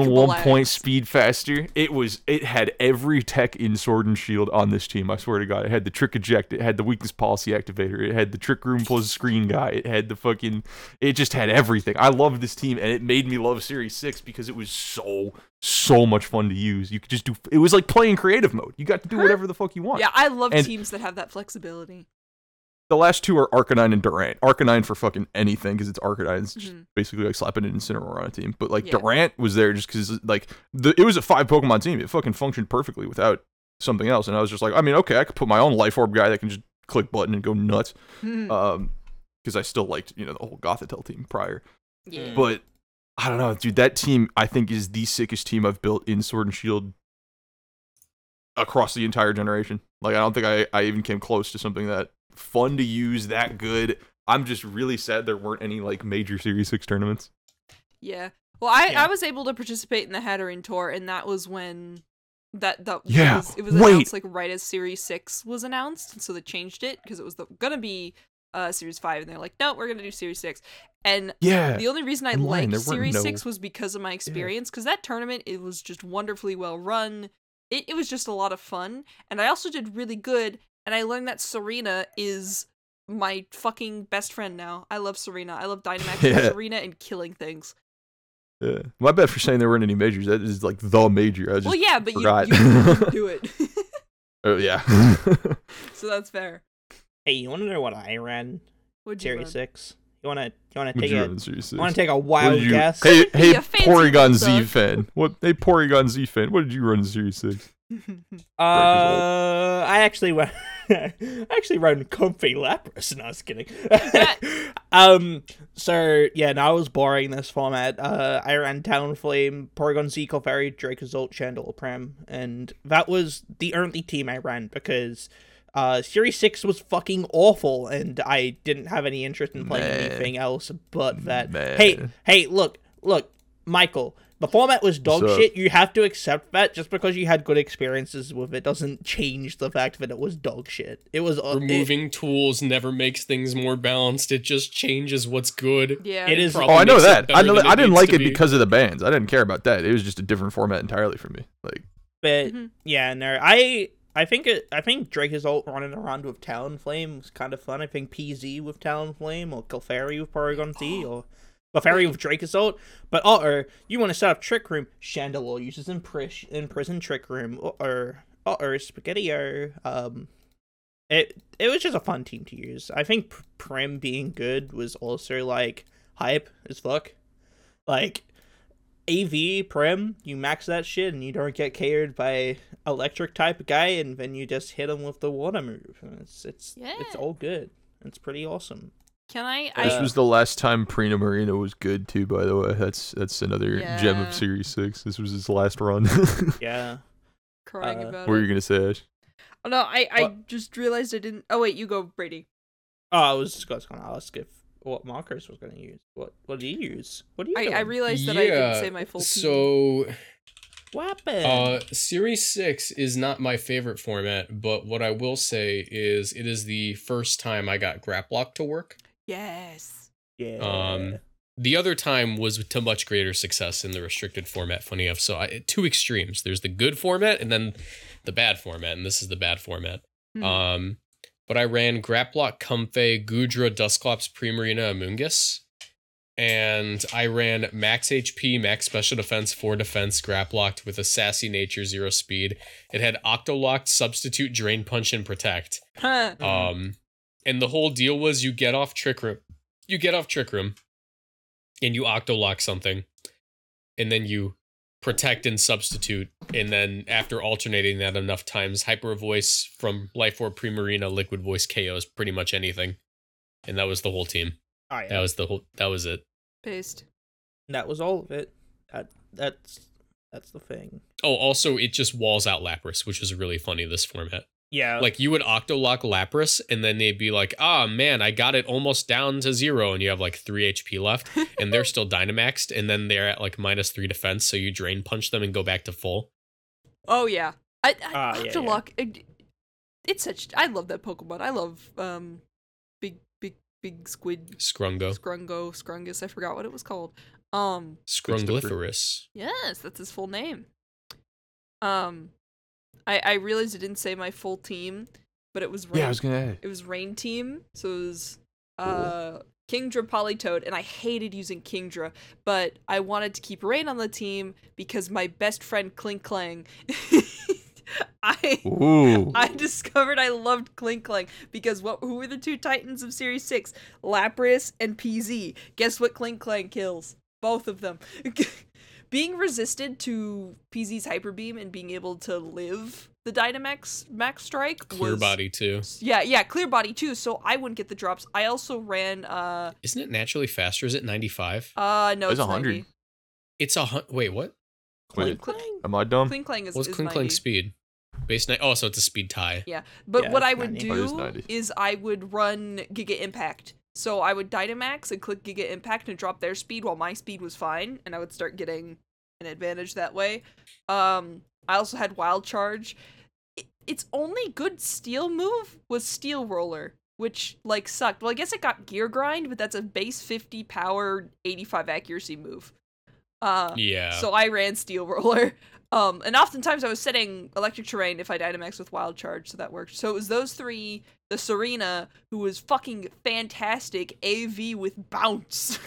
D: Despicable
B: one point
D: acts.
B: speed faster. It was it had every tech in Sword and Shield on this team. I swear to God, it had the trick eject, it had the weakness policy activator, it had the trick room plus screen guy, it had the fucking, it just had everything. I loved this team, and it made me love Series Six because it was so so much fun to use. You could just do. It was like playing creative mode. You got to do whatever the fuck you want.
D: Yeah, I love
B: And-
D: teams that have that flexibility.
B: The last two are Arcanine and Durant. Arcanine for fucking anything because it's Arcanine. It's just
D: Mhm.
B: basically like slapping an Incineroar on a team. But like
D: Yeah.
B: Durant was there just because like the, it was a five Pokemon team. It fucking functioned perfectly without something else. And I was just like, I mean, okay, I could put my own Life Orb guy that can just click button and go nuts.
D: Hmm.
B: Um, because I still liked you know the whole Gothitelle team prior.
D: yeah.
B: But I don't know, dude. That team I think is the sickest team I've built in Sword and Shield across the entire generation. Like I don't think I, I even came close to something that fun to use, that good. I'm just really sad there weren't any like major Series Six tournaments.
D: Yeah. Well, I,
A: Yeah.
D: I was able to participate in the Hatterene tour, and that was when that that
B: Yeah,
D: was, it was
B: wait.
D: announced like right as Series Six was announced, and so they changed it because it was the, gonna be uh Series Five, and they're like, no, we're gonna do Series Six. And
B: Yeah.
D: the only reason I
B: I'm lying,
D: liked
B: there weren't
D: Series
B: no-
D: Six was because of my experience, because that tournament it was just wonderfully well run. It it was just a lot of fun, and I also did really good. And I learned that Serena is my fucking best friend now. I love Serena. I love Dynamax and
B: Yeah.
D: Serena and killing things.
B: yeah. My bad for saying there weren't any majors. That is like the major. I just
D: well, yeah, but you,
B: forgot.
D: you didn't do it,
B: oh yeah.
D: so that's fair.
A: Hey, you want to know what I ran?
D: Would you?
A: Series
D: run?
A: six. You want to? You want
B: Would
A: to take
B: you
A: a?
B: run Series
A: You
B: Six?
A: want to take a
B: What
A: wild
B: did you-
A: guess?
B: Hey, hey,
D: Be a fancy
B: Porygon Z
D: person.
B: fan. What? Hey, Porygon Z fan. What did you run in Series Six?
A: Uh, I actually went. I actually ran comfy Lapras. No, I was kidding. um, so yeah, no, I was boring this format. Uh, I ran Talonflame, Porygon Z, Clefairy, Dracozolt, Chandelure, Pram, and that was the only team I ran because. Uh, Series 6 was fucking awful, and I didn't have any interest in playing
B: Man.
A: anything else but that.
B: Man.
A: Hey, hey, look, look, Michael, the format was dog
B: What's up?
A: shit. You have to accept that just because you had good experiences with it doesn't change the fact that it was dog shit. It was uh, it,
C: Removing tools never makes things more balanced. It just changes what's good.
D: Yeah.
A: it is
C: Probably
B: Oh, I know
C: makes it
B: that. I
C: better
B: know.
C: than
B: That. I didn't
C: needs
B: like
C: to
B: it
C: be.
B: because of the bands. I didn't care about that. It was just a different format entirely for me. Like,
A: but
D: Mhm.
A: yeah, no. I I think it I think Drake is all running around with Talonflame was kind of fun. I think PZ with Talonflame or Clefairy with Porygon Z or Clefairy with Drake Assault. But uh oh, you want to set up Trick Room? Chandelure uses impris- imprison Trick Room. Uh oh, uh oh, Spaghetti-O. Um, it it was just a fun team to use. I think P- Prim being good was also like hype as fuck. Like AV Prim, you max that shit and you don't get cared by electric type guy, and then you just hit him with the water move. And it's it's it's
D: Yeah.
A: all good. It's pretty awesome.
D: Can I?
A: I-
B: this was the last time Prina Marino was good too. By the way, that's that's another gem
D: Yeah.
B: of Series Six. This was his last run.
A: Yeah.
D: crying
A: uh,
D: about
B: what were
D: it.
B: you gonna say, Ash?
D: Oh, no, I, I
A: What?
D: just realized I didn't. Oh wait, you go, Brady.
A: Oh, I was just gonna ask if what markers was gonna use. What what do you use? What do you
D: I, I
A: doing?
D: realized that I didn't
C: Yeah,
D: say my full. team.
C: So
A: weapon?
C: Uh, Series 6 is not my favorite format, but what I will say is it is the first time I got Graplock to work.
D: yes.
A: yeah.
C: um, The other time was to much greater success in the restricted format, funny enough. So, I, two extremes there's the good format and then the bad format, and this is the bad format.
D: Hmm.
B: Uh,
C: Um, but I ran Graplock, Comfey, Gudra, Dusclops, Primarina, Amoongus. And I ran max HP, max special defense, four defense, Graplocked with a sassy nature, zero speed. It had Octolocked, Substitute, Drain Punch, and Protect.
D: Huh.
A: Mhm.
C: Um, and the whole deal was you get off Trick Room, you get off Trick Room, and you Octolock something, and then you protect and substitute, and then after alternating that enough times, Hyper Voice from Life Orb Primarina, Liquid Voice KOs pretty much anything, and that was the whole team.
A: Oh, yeah.
C: That was the whole. That was it.
D: Based.
A: that was all of it. That that's that's the thing.
C: Oh, also it just walls out Lapras, which is really funny this format.
A: Yeah.
C: Like you would Octolock Lapras, and then they'd be like, "Ah, man, I got it almost down to zero, and you have like three HP left, and they're still Dynamaxed, and then they're at like minus three defense, so you drain punch them and go back to full."
D: Oh yeah. I, I
A: Ah, yeah, yeah.
D: Octolock. it- it's such. I love that Pokemon. I love um, big big big squid
C: Scrungo.
D: Scrungo, Scrungus, I forgot what it was called. Um,
C: Scrungliferous.
D: yes, that's his full name. Um, I I realized I didn't say my full team, but it was rain.
B: Yeah, I was gonna.
D: it was rain team, so it was uh Kingdra Polytoad, and I hated using Kingdra, but I wanted to keep Rain on the team because my best friend Clink Clang. I
B: Ooh.
D: I discovered I loved Clink Clang because what who were the two titans of series 6? Lapras and PZ. Guess what Clink Clang kills? Both of them. being resisted to PZ's hyper beam and being able to live the Dynamax max strike
C: Clear
D: was
C: body too.
D: yeah, yeah, clear body too, so I wouldn't get the drops. I also ran uh
C: Isn't it naturally faster? Is it 95?
D: uh no,
B: It's
D: it's
B: 100.
D: 90.
C: It's a hun- wait, what?
B: Wait,
D: Clink, clink,
B: am I dumb?
D: clink clang is,
C: What's
D: is
C: Kling
D: 90.
C: Klang speed? Base night. Oh, so it's a speed tie.
D: Yeah. But
A: Yeah,
D: what
A: it's
D: I would
A: 90.
B: Oh, it is
D: do
B: 90.
D: is I would run Giga Impact. So I would Dynamax and click Giga Impact and drop their speed while my speed was fine, and I would start getting an advantage that way. Um, I also had Wild Charge. It, its only good steel move was Steel Roller, which like sucked. Well, I guess it got Gear Grind, but that's a base 50 power, 85 accuracy move. Uh,
C: Yeah.
D: so I ran Steel Roller. Um, and oftentimes I was setting Electric Terrain if I Dynamax with Wild Charge, so that worked. So it was those three, the Serena, who was fucking fantastic, AV with Bounce.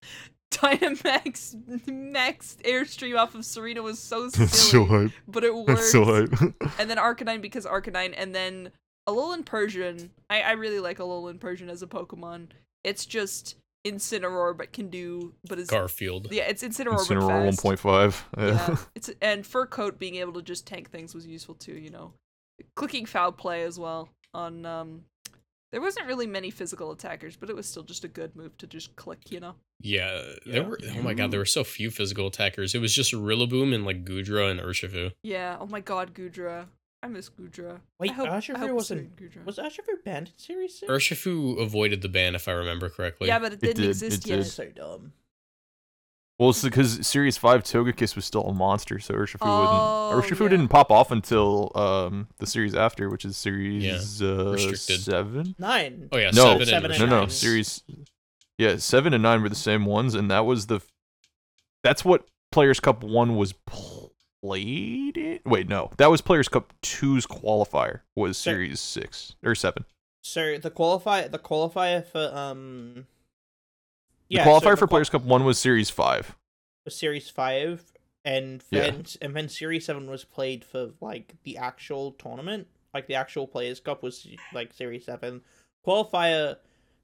D: Dynamax max airstream off of Serena was so silly,
B: That's so hype.
D: but it worked.
B: That's so hype.
D: And then Arcanine because Arcanine, and then Alolan Persian. I, I really like Alolan Persian as a Pokemon. It's just Incineroar, but can do, but is
C: Garfield.
D: yeah, it's Incineroar, but
B: Incineroar
D: fast.
B: 1.5.
D: Yeah,
B: Yeah.
D: it's and fur coat being able to just tank things was useful too. You know, clicking foul play as well on um, there wasn't really many physical attackers, but it was still just a good move to just click. You know,
C: Yeah. There were. Oh my god, there were so few physical attackers. It was just Rillaboom and like Gudra and Urshifu.
D: yeah. Oh my God, Gudra, I miss Gudra.
A: Wait,
D: I hope,
A: Urshifu
D: I hope it's
A: wasn't-
D: doing Gudra.
A: Was Urshifu banned in series six?
C: Urshifu avoided the ban, if I remember correctly.
D: yeah, but it didn't
B: did, it
D: exist
B: did.
D: yet.
A: so dumb.
B: Well, it's because Series Five Togekiss was still a monster, so Urshifu
D: Oh,
B: wouldn't. Urshifu
D: yeah.
B: didn't pop off until um the series after, which is series uh,
C: Restricted.
B: seven.
A: Nine.
C: Oh yeah.
B: No.
C: Seven,
A: Seven
C: and
B: no,
C: Urshifu.
B: no,
A: nine.
B: series. Yeah, seven and nine were the same ones, and that was the. That's what Players Cup one was played. In? Wait, no, that was Players Cup 2's qualifier was
A: Sure.
B: series six or seven.
A: So the qualifier, the qualifier for um,
B: the
A: so
B: qualifier for
A: qual-
B: Players Cup one was series five.
A: was series five, and
B: Yeah.
A: then and then series seven was played for like the actual tournament, like the actual players cup was like series seven. Qualifier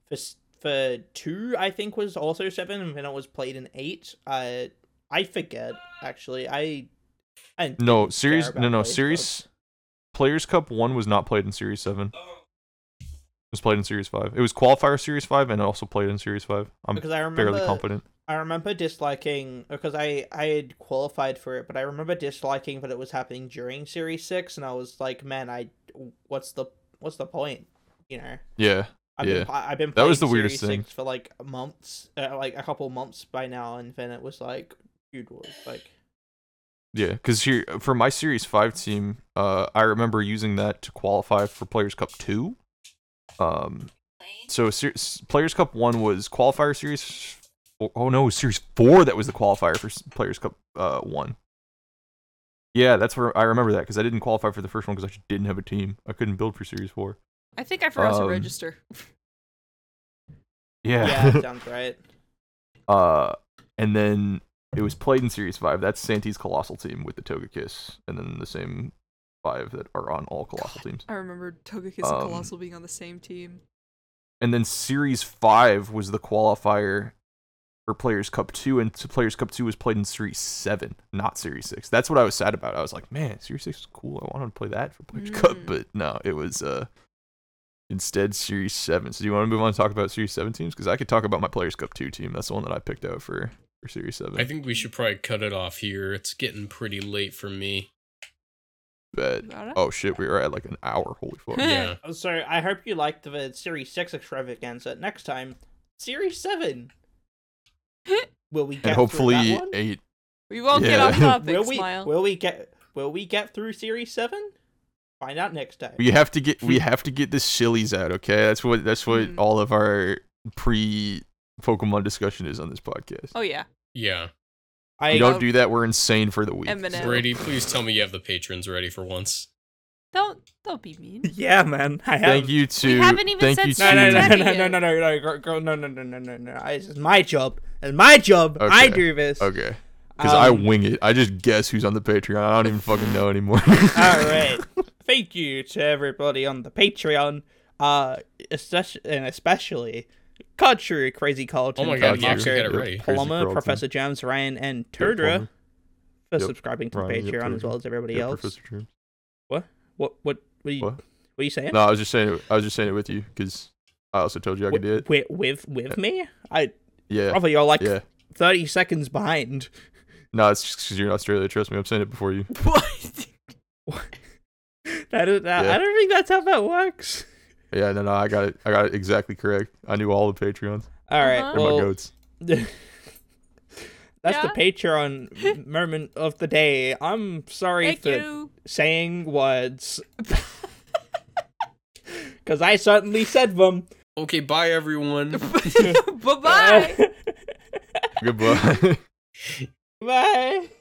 A: for s- for two, I think, was also seven, and then it was played in eight. Uh, I forget actually. I, I didn't
B: No,
A: care
B: series.
A: about
B: No, no,
A: Players Cup.
B: series. Players Cup one was not played in Series seven. It was played in Series five. It was qualifier Series five and also played in Series five. I'm
A: because I remember
B: fairly confident.
A: I remember disliking because I I had qualified for it, but I remember disliking that it was happening during Series Six, and I was like, man, I what's the what's the point? You know,
B: Yeah,
A: I've
B: Yeah.
A: been pl- I've been
B: That was
A: playing
B: the weirdest
A: Series
B: thing.
A: Six for like months, uh, like a couple months by now, and then it was like, dude, what- like
B: yeah. Because here for my Series five team, uh, I remember using that to qualify for Players Cup two. Um, so ser- s- Players Cup one was qualifier Series. Oh, oh no, it was Series four that was the qualifier for s- Players Cup uh one. Yeah, that's where I remember that because I didn't qualify for the first one because I just didn't have a team. I couldn't build for Series four.
D: I think I forgot to
B: Um,
D: register.
A: yeah, sounds right.
B: Uh, and then it was played in Series 5. That's Santee's Colossal team with the Togekiss, and then the same five that are on all Colossal teams.
D: I remember Togekiss
B: Um,
D: and Colossal being on the same team.
B: And then Series 5 was the qualifier for Players Cup 2, and so Players Cup 2 was played in Series 7, not Series 6. That's what I was sad about. I was like, man, Series 6 is cool. I wanted to play that for Players Cup,
D: Mm.
B: but no, it was uh, instead Series 7. So do you want to move on and talk about Series 7 teams? Because I could talk about my Players Cup 2 team. That's the one that I picked out for, for Series 7.
C: I think we should probably cut it off here. It's getting pretty late for me.
B: but
D: Alright.
B: Oh shit, we were at like an hour. Holy fuck.
C: Yeah.
A: So I hope you liked the Series Six extravaganza. Next time, Series Seven. Will we get
B: and
A: through
B: hopefully
A: that one?
B: eight.
D: We won't get
B: Yeah.
D: off topic,
A: will we
D: smile.
A: will we get will we get through series seven? Find out next time.
B: We have to get we have to get the sillies out. Okay, that's what that's what
D: Mhm.
B: all of our pre Pokemon discussion is on this podcast.
D: oh yeah.
C: Yeah.
A: I
B: We don't
D: love-
B: do that. We're insane for the week.
D: Eminem. No.
C: Brady, please tell me you have the patrons ready for once.
D: Don't don't be mean.
A: yeah, man. I have.
B: Thank you to.
E: haven't even
B: thank
E: said
B: you
A: No,
B: to.
E: Steve.
A: no, no, no,
E: Happy
A: no, no,
E: yet.
A: no, no, no, girl, girl, no, no, no, no, no, no. I- This is my job. It's my job. I
B: Okay.
A: do this.
B: Okay. Because I
A: Um,
B: wing it. I just guess who's on the Patreon. I don't even fucking know anymore.
A: All right. Thank you to everybody on the Patreon, uh, especially, and especially Kutcher, Crazy Carlton,
C: Oh my god,
A: Ken
C: you actually
A: Moxer,
C: got it right.
B: Crazy
A: Plumber,
B: Carlton.
A: Professor Jams, Ryan, and
B: Plumber.
A: Turdra for
B: Yep.
A: subscribing to the
B: Ryan,
A: Patreon
B: yep,
A: as
B: Turdra.
A: well as everybody
B: Yeah,
A: else.
B: Professor True.
A: What? What? What? What are you? What,
B: What?
A: are you saying?
B: No, I was just saying. It, I was just saying it with you because I also told you I could do it.
A: With with, with me? I
B: Yeah.
A: probably you're like
B: Yeah.
A: thirty seconds behind.
B: No, it's just because you're in Australia. Trust me, I'm saying it before you.
D: What?
A: That is, that, I
B: Yeah.
A: don't think that's how that works.
B: Yeah. No, no, I got it. I got it exactly correct. I knew all the Patreons.
A: All right,
D: Uh-huh.
B: They're my
A: well,
B: goats.
A: that's the Patreon moment of the day. I'm sorry
D: Thank
A: for
D: you.
A: saying words because I certainly said them.
C: Okay, bye everyone.
A: Oh.
D: bye bye.
B: Goodbye.
A: Bye.